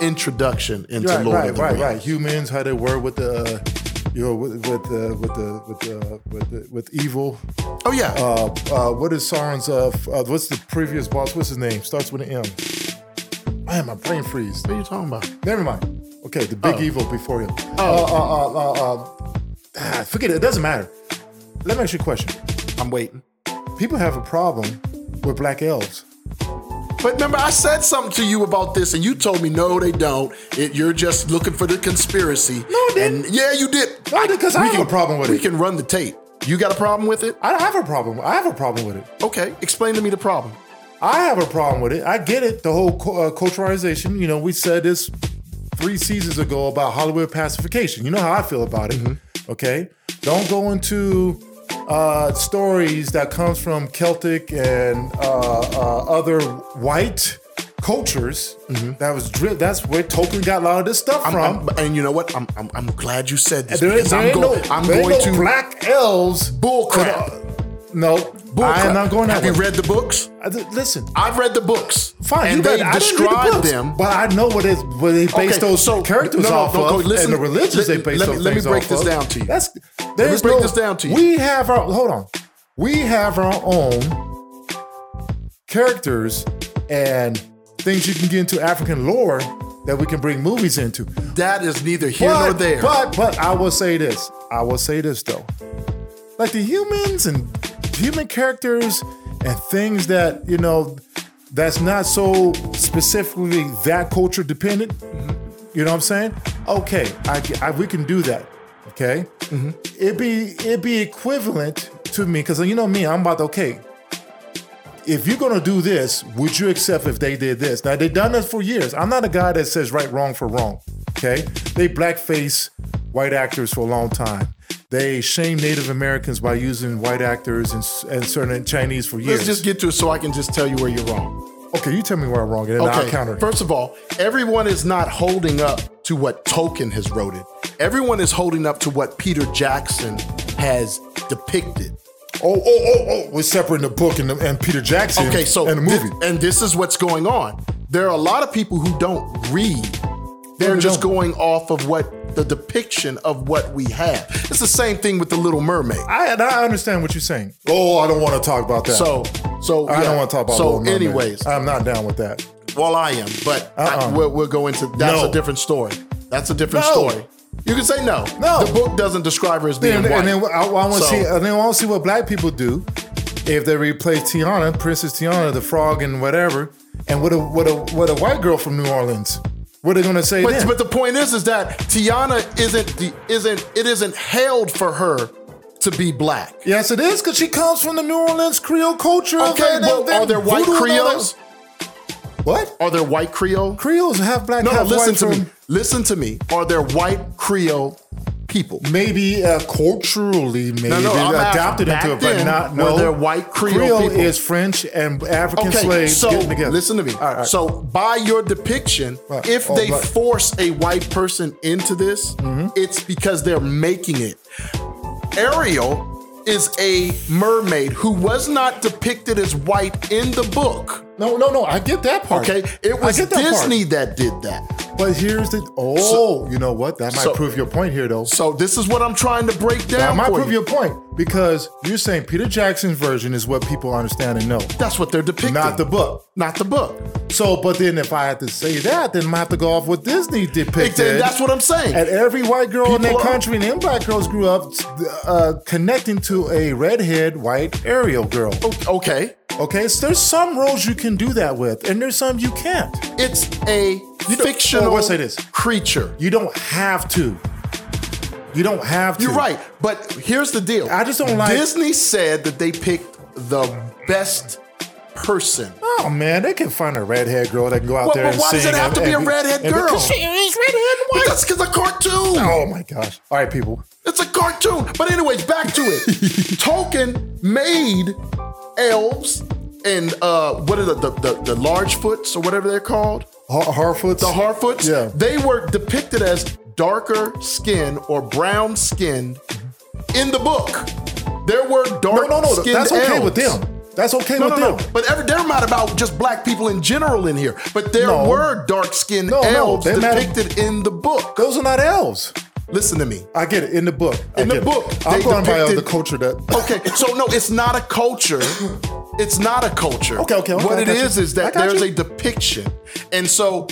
S1: introduction into
S5: right,
S1: Lord
S5: right,
S1: of the
S5: right,
S1: Rings.
S5: right. Humans, how they were with the, uh, you know, with with the with the with the with, the, with evil.
S1: Oh yeah,
S5: Uh, uh, what is Sauron's? Uh, f- uh, what's the previous boss? What's his name? Starts with an M. Man, my brain freeze.
S1: what are you talking about?
S5: Never mind. Okay, the big
S1: Oh.
S5: evil before him. Oh, uh, uh, uh, uh, uh, ah, forget it. It doesn't matter. Let me ask you a question.
S1: I'm waiting.
S5: People have a problem with black elves.
S1: But remember, I said something to you about this, and you told me no, they don't. It, you're just looking for the conspiracy.
S5: No, I didn't.
S1: And yeah, you did.
S5: No, I did, 'cause I
S1: We
S5: have a problem with
S1: we
S5: it.
S1: can run the tape. You got a problem with it?
S5: I don't have a problem. I have a problem with it.
S1: Okay, explain to me the problem.
S5: I have a problem with it. I get it, the whole cu- uh, culturalization. You know, we said this three seasons ago about Hollywood pacification. You know how I feel about it.
S1: Mm-hmm.
S5: Okay, don't go into uh, stories that comes from Celtic and uh, uh, other white cultures. That was dri- that's where Tolkien got a lot of this stuff
S1: Mm-hmm. I'm-
S5: from.
S1: I'm- and you know what? I'm, I'm I'm glad you said this
S5: there
S1: because
S5: there
S1: I'm,
S5: ain't
S1: go-
S5: no,
S1: I'm
S5: there ain't
S1: going
S5: no
S1: to
S5: black elves.
S1: bullcrap.
S5: No, I am
S1: Bullcrap.
S5: not going that
S1: Have you
S5: way.
S1: read the books?
S5: I th- listen,
S1: I've read the books.
S5: Fine,
S1: and
S5: you
S1: they
S5: read, I didn't read the
S1: describe
S5: books,
S1: them.
S5: but I know what is what they base
S1: Okay,
S5: those
S1: so-
S5: characters
S1: no, no,
S5: off
S1: no,
S5: of,
S1: no, listen,
S5: and the
S1: let-
S5: religions they base
S1: let me-
S5: those
S1: let me
S5: things
S1: break
S5: off
S1: this
S5: of.
S1: down to you.
S5: That's
S1: me
S5: there's
S1: break
S5: no-
S1: this down to you.
S5: We have our hold on. We have our own characters and things you can get into African lore that we can bring movies into.
S1: that is neither here
S5: but,
S1: nor there.
S5: But but I will say this. I will say this though. Like the humans and human characters and things that, you know, that's not so specifically that culture dependent. You know what I'm saying? Okay, I, I- we can do that. Okay,
S1: Mm-hmm.
S5: it'd be it'd be equivalent to me because you know me, I'm about to, okay. If you're gonna do this, would you accept if they did this? Now they've done this for years. I'm not a guy that says right wrong for wrong. Okay, they blackface white actors for a long time. They shame Native Americans by using white actors and, s- and certain Chinese for years.
S1: Let's just get to it so I can just tell you where you're wrong.
S5: okay, you tell me where I'm wrong, and then I'll
S1: Okay.
S5: counter. it.
S1: First of all, everyone is not holding up to what Tolkien has wrote it. Everyone is holding up to what Peter Jackson has depicted.
S5: Oh, oh, oh, oh! We're separating the book and, the, and Peter Jackson.
S1: Okay, so
S5: and the
S1: thi-
S5: movie.
S1: and this is what's going on. There are a lot of people who don't read. They're
S5: they
S1: just
S5: don't.
S1: going off of what the depiction of what we have. It's the same thing with the Little Mermaid.
S5: I and I understand what you're saying. Oh, I don't want to talk about that.
S1: So, so
S5: I
S1: yeah.
S5: don't want to talk about.
S1: So,
S5: Little Mermaid.
S1: anyways,
S5: I'm not down with that.
S1: Well, I am, but I-
S5: Uh-uh.
S1: we'll, we'll go into that's
S7: No.
S1: a different story. That's a different
S7: No.
S1: story. You can say no.
S7: No.
S1: the book doesn't describe her as being
S5: And,
S1: white.
S5: and then I, want to
S1: So-
S5: see, and then I want to see what black people do if they replace Tiana, Princess Tiana, the frog, and whatever, and with a with a with a white girl from New Orleans. What are they gonna say?
S1: But,
S5: then?
S1: but the point is, is that Tiana isn't the isn't it isn't hailed for her to be black.
S5: yes, it is because she comes from the New Orleans Creole culture. of
S1: Okay,
S5: that-
S1: well,
S5: that
S1: are there white
S5: voodoo and all that-
S1: Creoles?
S5: What?
S1: Are there white Creole?
S5: Creoles have black.
S1: No, no,
S5: half
S1: listen
S5: white
S1: to
S5: from-
S1: me. Listen to me. Are there white Creole people?
S5: Maybe uh, culturally, maybe
S1: no,
S5: they
S1: I'm asking,
S5: adopted
S1: back
S5: into it, but
S1: then,
S5: not
S1: were
S5: no.
S1: there white Creole people?
S5: is French and African slaves
S1: so
S5: getting together.
S1: listen to me.
S5: All right, all right.
S1: So by your depiction,
S5: Right. Mm-hmm.
S1: if
S5: All
S1: they
S5: black.
S1: force a white person into this, it's because they're making it. Ariel is a mermaid who was not depicted as white in the book.
S5: no, no, no. I get that part.
S1: Okay,
S5: I
S1: it was
S5: get that part.
S1: Disney that did that.
S5: But here's the oh, you know what? That might
S1: so-
S5: prove your point here, though.
S1: So this is what I'm trying to break
S5: That
S1: down
S5: might
S1: for
S5: prove
S1: you.
S5: your point because you're saying Peter Jackson's version is what people understand and know,
S1: That's what they're depicting.
S5: not the book.
S1: not the book.
S5: So, but then if I had to say that, then I have to go off what Disney depicted.
S1: Exa- that's what I'm saying.
S5: And every white girl in
S1: People
S5: that
S1: are-
S5: country and them black girls grew up uh, connecting to a redhead white Ariel girl.
S1: okay,
S5: Okay, so there's some roles you can do that with, and there's some you can't.
S1: it's a
S5: don't-
S1: fictional
S5: oh, let's say this.
S1: creature.
S5: You don't have to. You don't have to.
S1: You're right, but here's the deal.
S5: I just don't like-
S1: Disney said that they picked the best person.
S5: Oh man, they can find a redhead girl that can go out
S1: Well,
S5: there
S1: but
S5: and
S1: why does
S5: sing
S1: it have to
S5: and-
S1: be a
S5: and-
S1: redhead
S5: and-
S1: girl?
S5: Because she is redhead and white.
S1: Because it's a cartoon.
S5: oh my gosh! All right, people.
S1: It's a cartoon. But anyways, back to it. Tolkien made elves and uh, what are the the, the the large foots or whatever they're called?
S5: Har- Harfoots.
S1: The Harfoots.
S5: Yeah.
S1: They were depicted as darker skin or brown skinned in the book. There were
S5: No,
S1: dark
S5: no, no.
S1: skinned
S5: That's okay
S1: elves.
S5: with them. That's okay
S1: No,
S5: with
S1: no, no.
S5: them.
S1: But every, they're mad about just black people in general in here. But there
S5: No.
S1: were dark skinned
S5: No, no,
S1: elves
S5: they're mad-
S1: depicted in the book.
S5: Those are not elves.
S1: Listen to me.
S5: I get it in the book. I
S1: In the
S5: get it.
S1: book,
S5: I'm
S1: they
S5: going by uh,
S1: depicted-
S5: the culture that.
S1: Okay, so no, it's not a culture. It's not a culture.
S5: Okay, okay, okay,
S1: What
S5: I
S1: it
S5: got you.
S1: is is
S5: I
S1: that
S5: got
S1: there's
S5: you.
S1: a depiction, and so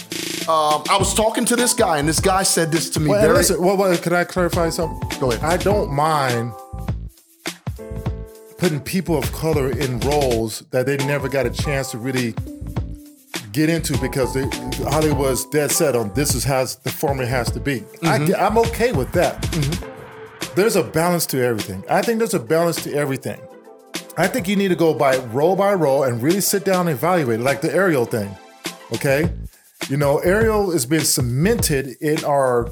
S1: um, I was talking to this guy, and this guy said this to me.
S5: Well, and
S1: very,
S5: listen, well, well, could I clarify something?
S1: Go ahead.
S5: I don't mind putting people of color in roles that they never got a chance to really get into because they, Hollywood's dead set on this is how the formula has to be.
S1: Mm-hmm.
S5: I, am okay with that. There's a balance to everything. I think there's a balance to everything. I think you need to go by role by role and really sit down and evaluate it, like the Ariel thing. Okay? You know, Ariel has been cemented in our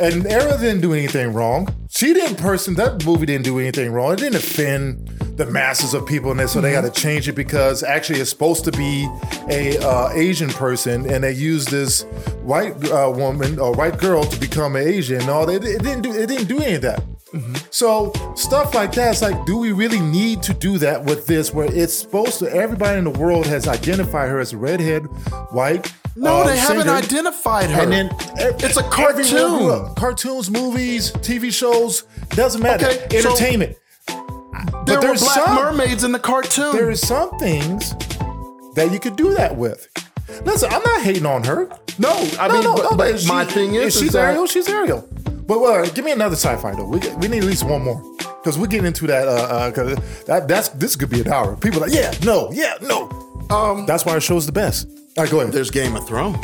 S5: and Ariel didn't do anything wrong. She didn't person that movie didn't do anything wrong. It didn't offend the masses of people in there, so they
S1: Mm-hmm.
S5: got to change it because actually it's supposed to be a uh, Asian person, and they used this white uh, woman or white girl to become an Asian. No, it, it didn't do it didn't do any of that.
S1: Mm-hmm.
S5: So stuff like that, it's like, do we really need to do that with this? Where it's supposed to everybody in the world has identified her as a redhead, white.
S1: no,
S5: uh,
S1: they haven't
S5: singer.
S1: identified her.
S5: And then e-
S1: it's a
S5: everywhere we
S1: cartoon.
S5: look, cartoons, movies, TV shows, doesn't matter.
S1: Okay, so-
S5: Entertainment.
S1: there were
S5: there's
S1: black
S5: some-
S1: mermaids in the cartoon.
S5: there is some things that you could do that with. Listen, I'm not hating on her.
S1: no, I mean, but, but
S5: she-
S1: my thing
S5: if
S1: is,
S5: she's
S1: is that-
S5: Ariel. She's Ariel. But well, give me another sci-fi though. We, we need at least one more because we're getting into that. Uh, uh 'cause that that's this could be an hour. People are like, yeah, no, yeah, no. Um, that's why our show's the best. All right, go ahead.
S1: there's Game of Thrones.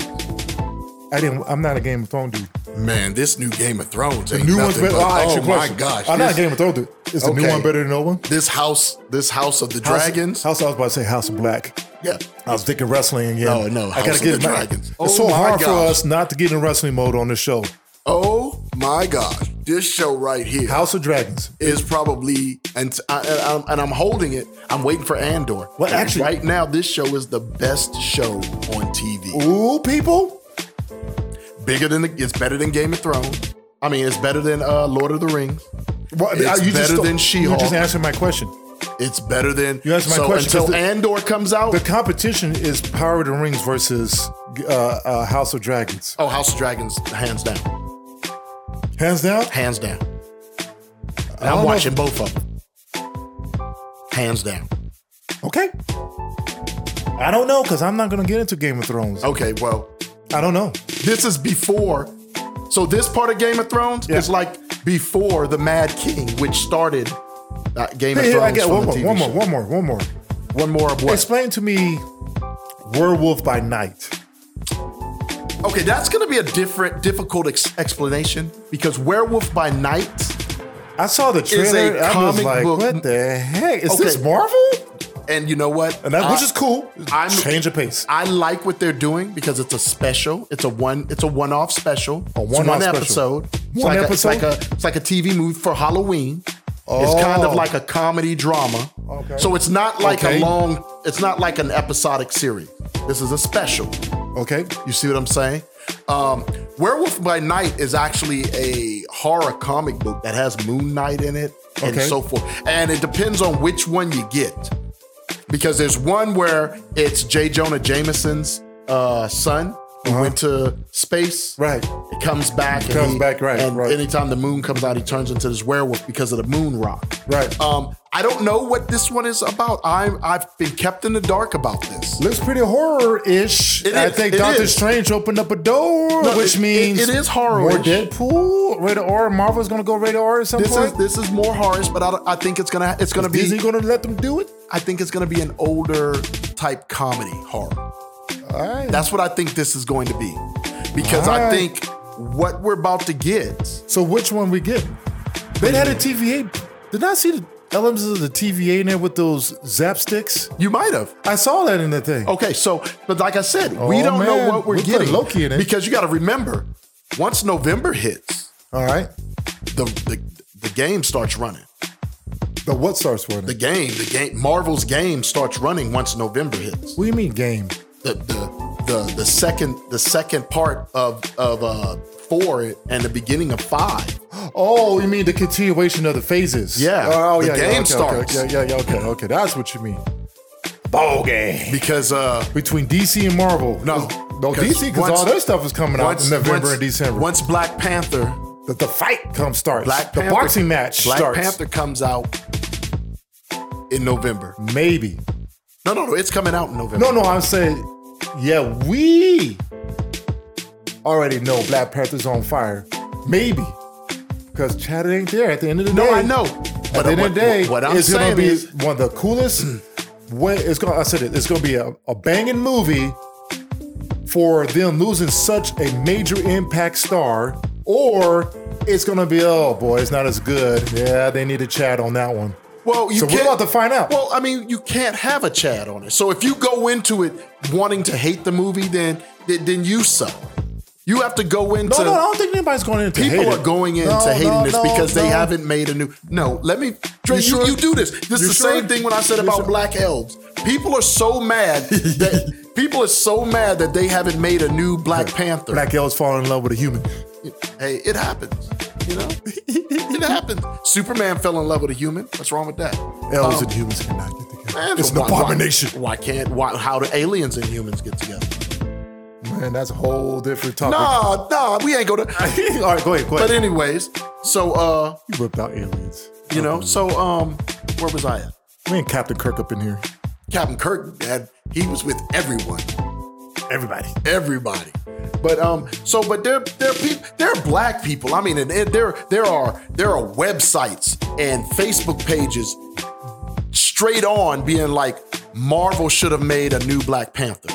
S5: I didn't. I'm not a Game of Thrones dude.
S8: Man, this new Game of Thrones.
S5: The
S8: ain't
S5: new
S8: nothing
S5: one's better.
S8: but-
S5: I'll ask you a
S8: oh my
S5: question.
S8: gosh.
S5: I'm not a
S8: this,
S5: Game of Thrones dude. Is the new
S8: Okay.
S5: one better than the old one?
S8: this house, this House of the
S5: House-
S8: Dragons.
S5: House, I was about to say House of Black.
S8: yeah.
S5: I was thinking wrestling again.
S8: No, no,
S5: I
S8: House
S5: gotta
S8: of
S5: get
S8: the
S5: my-
S8: Dragons.
S5: It's
S8: Oh
S5: so
S8: my
S5: hard for
S8: gosh.
S5: us not to get in wrestling mode on the show.
S8: Oh my gosh. This show right here.
S5: House of Dragons.
S8: is probably and I, and I'm- and I'm holding it. I'm waiting for Andor.
S5: Well, actually-
S8: right now this show is the best show on TV.
S5: Ooh, people.
S8: Bigger than the, it's better than Game of Thrones. I mean, it's better than uh, Lord of the Rings.
S5: What,
S8: It's
S5: you
S8: better
S5: sto-
S8: than She-Hulk.
S5: You just answered my question.
S8: It's better than.
S5: You answered my
S8: so
S5: question, 'cause
S1: So
S5: the-
S1: Andor comes out.
S5: The competition is Power of the Rings versus uh, uh, House of Dragons.
S1: oh, House of Dragons, hands down,
S5: Hands down.
S1: hands down. And
S5: don't know
S1: I'm
S5: if-
S1: watching both of them. Hands down.
S5: Okay. I don't know because I'm not gonna get into Game of Thrones.
S1: Okay, well,
S5: I don't know.
S1: this is before. So this part of Game of Thrones
S5: Yeah.
S1: is like before the Mad King, which started uh, Game of
S5: Hey,
S1: Thrones.
S5: I got
S1: from
S5: one
S1: the
S5: more,
S1: TV
S5: one more,
S1: show.
S5: one more, one more.
S1: One more of what?
S5: Explain to me Werewolf by Night.
S1: Okay, that's going to be a different, difficult ex- explanation because Werewolf by Night,
S5: I saw the
S1: a
S5: trailer. I was
S1: comic
S5: like,
S1: book-
S5: what the heck? Is
S1: Okay.
S5: this Marvel?
S1: and you know what?
S5: And that, which
S1: I-
S5: is cool.
S1: I'm-
S5: Change of pace.
S1: I like what they're doing because it's a special. It's a one. It's a one-off special.
S5: A
S1: It's
S5: one-off
S1: one
S5: special.
S1: episode. It's
S5: One
S1: like
S5: episode?
S1: A, it's like a. It's like a TV movie for Halloween. It's kind
S5: Oh.
S1: of like a comedy drama.
S5: Okay.
S1: So it's not like
S5: Okay.
S1: a long. It's not like an episodic series. This is a special.
S5: Okay.
S1: You see what I'm saying? Um, Werewolf by Night is actually a horror comic book that has Moon Knight in it and
S5: Okay.
S1: so forth. And it depends on which one you get. Because there's one where it's J. Jonah Jameson's uh, son who went to space.
S5: Uh-huh. Right.
S1: It comes back. and
S5: Comes back, right,
S1: And
S5: right.
S1: anytime the moon comes out, he turns into this werewolf because of the moon rock.
S5: Right.
S1: Um, I don't know what this one is about. I'm, I've been kept in the dark about this.
S5: Looks pretty horror ish.
S1: It
S5: I
S1: is,
S5: think
S1: it
S5: Doctor
S1: is.
S5: Strange opened up a door,
S1: No, it-
S5: which
S1: it-
S5: means
S1: it is horror-ish.
S5: More Deadpool, rated R. Marvel's gonna go rated R at some
S1: This
S5: point.
S1: is this is more harsh, but I, don't- I think it's gonna it's gonna be
S5: Disney gonna let them do it?
S1: I think it's gonna be an older type comedy horror.
S5: All right.
S1: That's what I think this is going to be, because
S5: Alright.
S1: I think what we're about to get.
S5: so which one we get? They had a TVA. Did I see the elements of the TVA in there with those zap sticks?
S1: You might have
S5: I saw that in the thing.
S1: okay. So, but like I said,
S5: Oh,
S1: we don't know
S5: man.
S1: what we're
S5: We put
S1: getting
S5: Loki in it.
S1: because you got to remember, once November hits,
S5: All right.
S1: the, the the game starts running.
S5: The what starts running?
S1: The game, the game, Marvel's game starts running once November hits.
S5: what do you mean game?
S1: the the the, the second the second part of of uh four and the beginning of five.
S5: Oh, you mean the continuation of the phases?
S1: Yeah,
S5: Oh, oh,
S1: the
S5: yeah. yeah,
S1: game
S5: okay,
S1: starts.
S5: Okay, yeah, yeah, yeah. Okay, okay. That's what you mean. Ball game
S1: Because uh
S5: between DC and Marvel.
S1: No.
S5: no DC because
S1: Once-
S5: all their stuff is coming out in November and December.
S1: Once Black Panther
S5: the, the fight comes starts.
S1: Black
S5: the
S1: Panther
S5: boxing match
S1: Black
S5: starts.
S1: Panther comes out in November.
S5: Maybe.
S1: No, no, no, it's coming out in November.
S5: No, no. I'm saying, yeah, we already know Black Panther's on fire. Maybe because Chad ain't there at the end of the day.
S1: No, I know.
S5: At
S1: But
S5: the end
S1: what,
S5: of the day,
S1: what I'm
S5: it's gonna
S1: saying
S5: be
S1: is
S5: one of the coolest. Way it's gonna, I said it. It's gonna be a, a banging movie for them losing such a major impact star, or it's gonna be oh boy, it's not as good. Yeah, they need a chat on that one.
S1: well, you
S5: So we're
S1: can't-
S5: about to find out.
S1: Well, I mean, you can't have a Chad on it. So if you go into it wanting to hate the movie, then then, then you suck. You have to go into
S5: No, no, I don't think anybody's going in to hate
S1: People are
S5: it.
S1: going into
S5: No,
S1: hating
S5: no,
S1: this
S5: no,
S1: because they
S5: no.
S1: haven't made a new. No, let me. Dre, you,
S5: sure?
S1: you do this. This
S5: You
S1: is the
S5: sure?
S1: same thing when I said
S5: You
S1: about
S5: sure?
S1: black elves. People are so mad that people are so mad that they haven't made a new Black Panther.
S5: Black elves falling in love with a human.
S1: hey, it happens. You know, it happens. Superman fell in love with a human. What's wrong with that?
S5: Elves
S1: Um,
S5: and humans cannot get together.
S1: man,
S5: it's an
S1: why-
S5: abomination.
S1: Why, why can't? Why? How do aliens and humans get together?
S5: Man, that's a whole different topic.
S1: Nah, Ah, nah, we ain't gonna.
S5: All right, go ahead, go ahead.
S1: But anyways, so uh,
S5: you ripped out aliens.
S1: you know, so um, where was I at?
S5: We ain't Captain Kirk up in here.
S1: Captain Kirk had he was with everyone,
S5: Everybody.
S1: everybody. But um, so but there there are people there are black people. I mean, and, and there there are there are websites and Facebook pages straight on being like Marvel should have made a new Black Panther.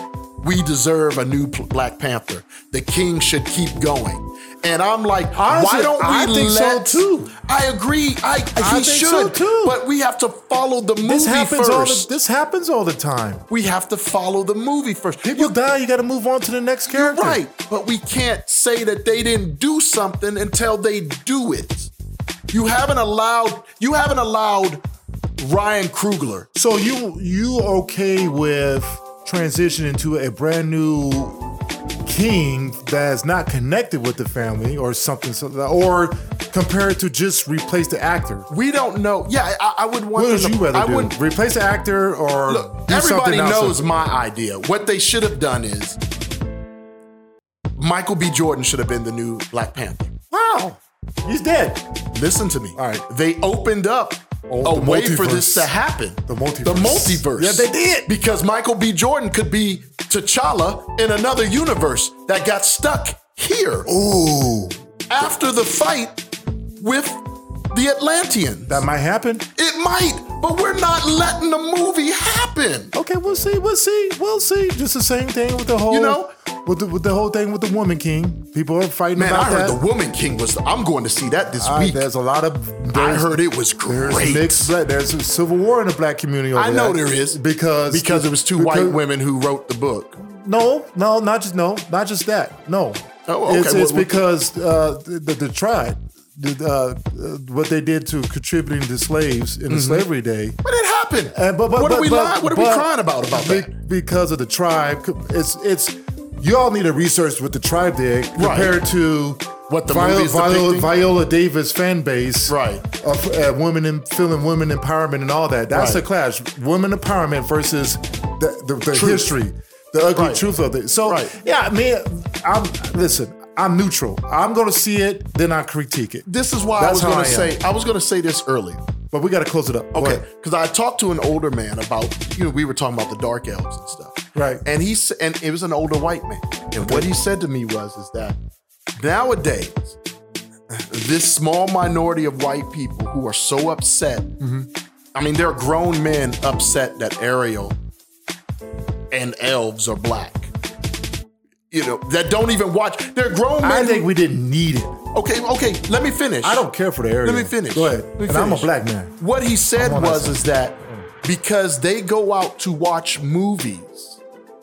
S1: We deserve a new pl- Black Panther. The King should keep going. And I'm like,
S5: Honestly,
S1: why don't we
S5: I think so
S1: let-
S5: too.
S1: I agree. I,
S5: I
S1: he
S5: think
S1: should,
S5: so too.
S1: but we have to follow the movie
S5: This happens
S1: first.
S5: all the, this happens all the time.
S1: we have to follow the movie first.
S5: People die, you gotta move on to the next character.
S1: Right, but we can't say that they didn't do something until they do it. You haven't allowed you haven't allowed Ryan Krugler.
S5: So you you okay with transitioning to a brand new king that's not connected with the family or something so that, or compared to just replace the actor?
S1: We don't know. Yeah, I, I would want.
S5: What would
S1: them
S5: you
S1: to,
S5: rather
S1: I
S5: do?
S1: wouldn't.
S5: Replace the actor or
S1: Look,
S5: do
S1: everybody
S5: something else?
S1: knows my idea. What they should have done is Michael B. Jordan should have been the new Black Panther.
S5: Wow, he's dead.
S1: Listen to me.
S5: All right.
S1: They opened up a
S3: Oh, the
S1: way for
S3: multiverse.
S1: this to happen.
S3: The multiverse.
S1: The multiverse.
S5: Yeah, they did.
S1: Because Michael B. Jordan could be T'Challa in another universe that got stuck here
S3: Ooh,
S1: after the fight with the Atlantean.
S5: That might happen.
S1: It might, but we're not letting the movie happen.
S5: Okay, we'll see. We'll see. We'll see. Just the same thing with the whole,
S1: know?
S5: with the, with the whole thing with the woman king. People are fighting
S1: Man,
S5: about
S1: I heard
S5: that.
S1: the Woman King was. I'm going to see that this
S5: Uh,
S1: week.
S5: there's a lot of.
S1: I
S5: there's-
S1: heard it was
S5: There's
S1: great.
S5: mixed. black- There's a civil war in the black community. Over
S1: I know
S5: that.
S1: there is
S5: because
S1: because it was two
S5: because-
S1: white women who wrote the book.
S5: No, no, not just no, not just that. No.
S1: Oh, okay.
S5: It's, it's
S1: Well, we-
S5: because uh, the, the tribe, the, uh, uh, what they did to contributing to slaves
S1: Mm-hmm.
S5: in the slavery day.
S1: But it happened.
S5: Uh, but, but,
S1: what
S5: but,
S1: are we
S5: but-
S1: lying? What are we
S5: but-
S1: crying about about
S5: be-
S1: that?
S5: Because of the tribe, it's it's. You all need to research what the tribe did compared to
S1: What the
S5: Viola,
S1: movie is
S5: Viola,
S1: depicting?
S5: Viola Davis fan base,
S1: Right.
S5: Of uh, women and feeling women empowerment and all that. That's
S1: Right.
S5: the clash: women empowerment versus the the, the
S1: Truth.
S5: history, the ugly
S1: Right.
S5: truth of it. So
S1: Right.
S5: yeah, I mean, I'm listen. I'm neutral. I'm gonna see it, then I critique it.
S1: This is why I
S5: That's
S1: was
S5: how
S1: going
S5: I
S1: to
S5: am.
S1: say. I was going to say this earlier.
S5: But we gotta close it up.
S1: Okay,
S5: What?
S1: because I talked to an older man about you know we were talking about the dark elves and stuff,
S5: Right.
S1: And he s- and it was an older white man, and what he said to me was is that nowadays this small minority of white people who are so upset.
S5: Mm-hmm.
S1: I mean, there are grown men upset that Ariel and elves are black. You know that don't even watch. They're grown men.
S5: I
S1: who-
S5: think we didn't need it.
S1: okay, okay. Let me finish.
S5: I don't care for the area.
S1: Let me finish.
S5: Go ahead.
S1: Let me
S5: And I'm a
S1: finish.
S5: black man.
S1: What he said
S5: on that
S1: was
S5: side.
S1: is that because they go out to watch movies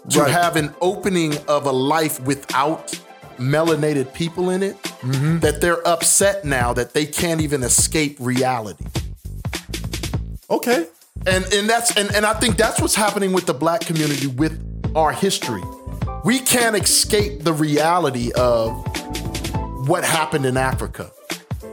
S1: to
S5: Right.
S1: have an opening of a life without melanated people in it,
S5: Mm-hmm.
S1: that Mm-hmm. they're upset now that they can't even escape reality.
S5: Okay.
S1: And and that's and, and I think that's what's happening with the black community with our history. We can't escape the reality of what happened in Africa.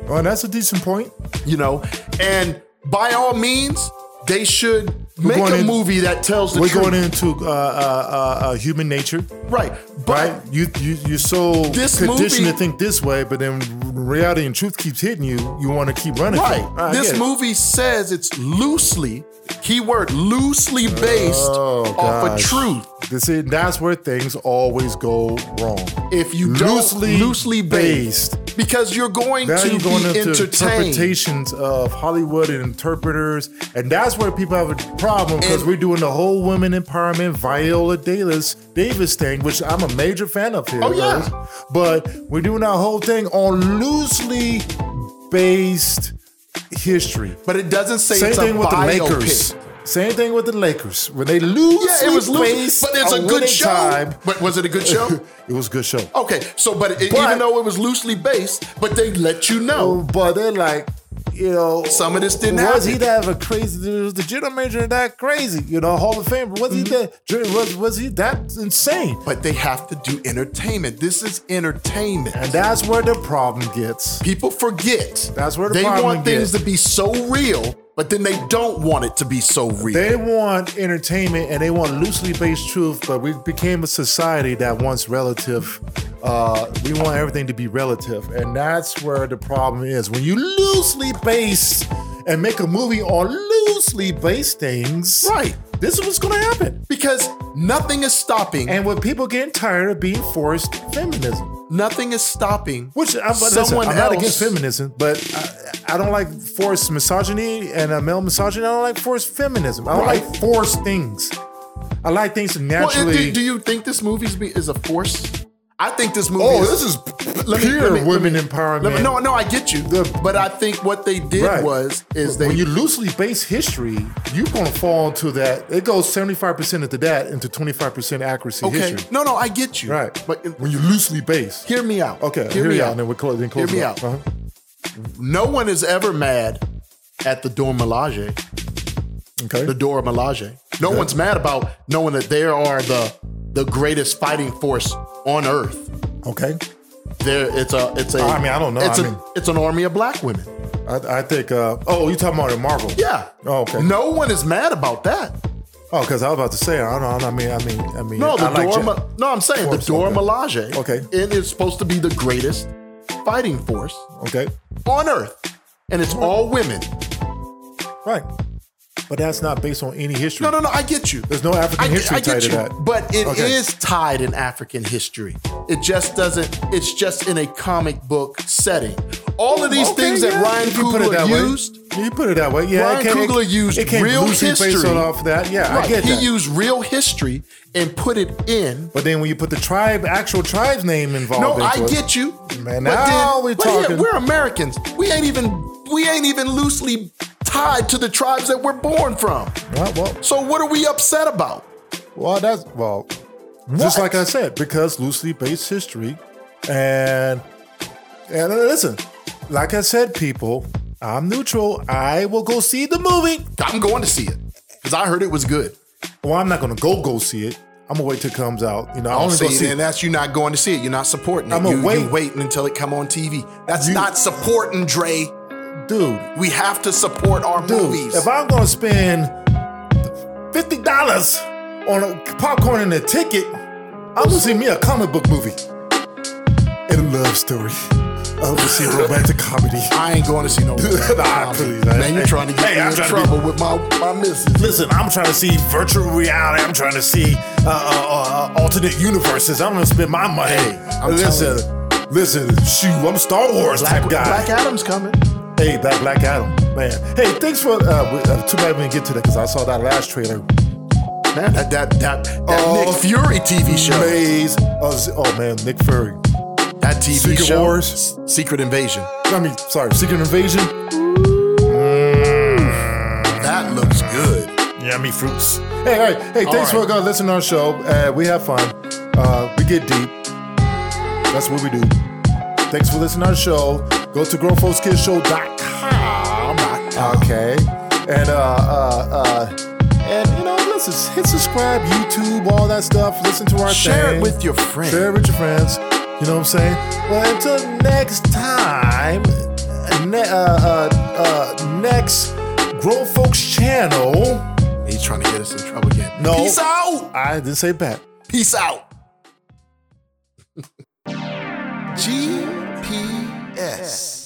S5: Well, that's a decent point.
S1: you know. And by all means, they should make
S5: going
S1: a
S5: in-
S1: movie that tells the
S5: We're
S1: truth.
S5: going into uh, uh, uh, uh, human nature,
S1: right, but
S5: right? You you you're so
S1: This
S5: conditioned
S1: movie-
S5: to think this way, but then reality and truth keeps hitting you. You want to keep running. from
S1: right,
S5: it. I
S1: this
S5: get it.
S1: movie says it's loosely keyword loosely based
S5: Oh,
S1: off of
S5: gosh.
S1: truth.
S5: This is, that's where things always go wrong.
S1: If you don't
S5: Loosely
S1: loosely based,
S5: based.
S1: because you're going
S5: Now
S1: to
S5: you're going
S1: be
S5: into
S1: entertained.
S5: interpretations of Hollywood and interpreters, and that's where people have a problem because
S1: And-
S5: we're doing the whole women empowerment Viola Davis Davis thing, which I'm a major fan of here.
S1: Oh, yeah.
S5: guys. but we're doing that whole thing on loosely based history.
S1: But it doesn't say
S5: Same
S1: it's
S5: thing
S1: a
S5: with the
S1: biopic.
S5: Lakers. Same thing with the Lakers when they lose.
S1: Yeah, it was loose,
S5: loose,
S1: but it's a good show.
S5: Time.
S1: But was it a good show?
S5: It was a good show.
S1: okay, so but, it,
S5: But- Oh.
S1: even though it was loosely based, but they let you know.
S5: But they're like, you know,
S1: Oh, Some of this didn't
S5: Was
S1: happen.
S5: he that of a crazy? Was the general manager that crazy? You know, Hall of Fame. Was
S1: Mm-hmm.
S5: he that? Was was he that insane?
S1: but they have to do entertainment. This is entertainment.
S5: And that's where the problem gets.
S1: People forget.
S5: That's where the
S1: they
S5: problem
S1: want things to
S5: gets.
S1: be so real, but then they don't want it to be so real.
S5: They want entertainment and they want loosely based truth, but we became a society that wants relative. Uh, we want everything to be relative, and that's where the problem is. When you loosely base and make a movie on loosely based things,
S1: Right.
S5: This is what's going to happen.
S1: because nothing is stopping.
S5: And with people getting tired of being forced feminism,
S1: nothing is stopping.
S5: which I'm, listen,
S1: Someone
S5: I'm not
S1: else-
S5: against feminism, but I, I don't like forced misogyny and uh, male misogyny. I don't like forced feminism. I don't
S1: Right.
S5: like forced things. I like things
S1: Well,
S5: naturally.
S1: do, do you think this movie is a force? I think this movie.
S5: oh,
S1: is,
S5: this is
S1: Let me-
S5: pure
S1: let me- let
S5: women
S1: me-
S5: empowerment.
S1: let me- no, no, I get you.
S5: The-
S1: but I think what they did
S5: Right.
S1: was is they
S5: when you loosely base history, you're gonna fall into that. It goes 75% into that into 25% accuracy
S1: okay.
S5: history.
S1: No, no, I get you.
S5: Right.
S1: but
S5: when you loosely base.
S1: hear me out.
S5: Okay,
S1: hear,
S5: here
S1: me
S5: we are.
S1: out.
S5: And then we're closing.
S1: Hear
S5: Close
S1: me
S5: it
S1: out.
S5: up. Uh-huh.
S1: No one is ever mad at the Dora Milaje,
S5: Okay.
S1: the Dora Milaje. No one's mad about knowing that they are the the greatest fighting force on earth.
S5: okay.
S1: There, it's a, it's a.
S5: I mean, I don't know.
S1: It's,
S5: I
S1: a,
S5: mean-
S1: it's an army of black women.
S5: I, I think. Uh, oh, you talking about in Marvel?
S1: Yeah.
S5: Oh, okay.
S1: No one is mad about that.
S5: Oh, because I was about to say. I don't know. I mean, I mean, I mean.
S1: No, the
S5: I like
S1: Dora.
S5: Ja-
S1: Ma- no, I'm saying
S5: Force,
S1: the Dora
S5: okay.
S1: Milaje.
S5: Okay.
S1: It is supposed to be the greatest fighting force
S5: okay.
S1: on earth, and it's all women.
S5: Right. But that's not based on any history.
S1: No, no, no. I get you.
S5: There's no African
S1: I, get-
S5: history
S1: I
S5: tied
S1: get
S5: to
S1: you,
S5: that.
S1: but it is
S5: Okay.
S1: tied in African history. It just doesn't. It's just in a comic book setting. All of these
S5: Okay,
S1: things
S5: yeah,
S1: that Ryan
S5: if you put it that
S1: Coogler
S5: way.
S1: used,
S5: You put it that way. Yeah.
S1: Ryan
S5: it can't-
S1: Coogler used
S5: it can't
S1: real
S5: loosely based
S1: history.
S5: on off of that. Yeah, I
S1: right?
S5: get
S1: he
S5: that.
S1: used real history and put it in.
S5: but then when you put the tribe, actual tribe's name involved,
S1: No,
S5: into
S1: I
S5: it,
S1: get you.
S5: Man,
S1: but
S5: now we
S1: but yeah,
S5: talking.
S1: we're Americans. We ain't even. We ain't even loosely tied to the tribes that we're born from.
S5: Well, well,
S1: So what are we upset about?
S5: well, that's well, just like I said, because loosely based history, and and listen, like I said, people, I'm neutral. I will go see the movie.
S1: I'm going to see it because I heard it was good.
S5: Well, I'm not gonna go go see it. I'm gonna wait till it comes out. You know, I
S1: Oh,
S5: only
S1: see,
S5: go see.
S1: and
S5: it.
S1: that's you not going to see it. You're not supporting it.
S5: I'ma
S1: you, you
S5: wait.
S1: waiting until it come on TV. That's
S5: You-
S1: not supporting, Dre.
S5: Dude,
S1: We have to support our
S5: Dude,
S1: movies.
S5: if I'm gonna spend fifty dollars on a popcorn and a ticket, I'm gonna see me a comic book movie and a love story. I'm gonna see a romantic comedy.
S1: I ain't going to see no.
S5: Nah, please, I-
S1: Man, you're trying to get
S5: Hey,
S1: me
S5: I'm
S1: in
S5: trying to be-
S1: trouble with my my missus.
S5: Listen, I'm trying to see virtual reality. I'm trying to see uh, uh, uh, alternate universes. I'm gonna spend my money.
S1: I'm
S5: listen, listen, shoot, I'm Star Wars type guy.
S1: Black Adam's coming.
S5: Hey, Black Black Adam, man. Hey, thanks for. Uh, we- uh, too bad we didn't get to that because I saw that last trailer.
S1: Man, that that that, that
S5: Oh,
S1: Nick Fury TV show.
S5: Maze. Oh, z- oh man, Nick Fury.
S1: That TV
S5: Secret
S1: show.
S5: Wars.
S1: S- Secret Invasion.
S5: I mean, sorry, Secret Invasion.
S1: That looks good.
S5: Yummy fruits. Hey, all right. Hey, thanks
S1: right.
S5: for uh, listening to our show. Uh, we have fun. Uh, we get deep. That's what we do. Thanks for listening to our show. Go to grownfolkskidsshow.com. Okay. And, uh, uh, uh, and you know, listen, hit subscribe, YouTube, all that stuff. Listen to our
S1: Share
S5: thing.
S1: it with your friends.
S5: Share it with your friends. You know what I'm saying? Well, until next time, ne- uh, uh, uh, next Grown Folks channel.
S1: He's trying to get us in trouble again.
S5: No.
S1: Peace out.
S5: I didn't say bat.
S1: Peace out. GPS.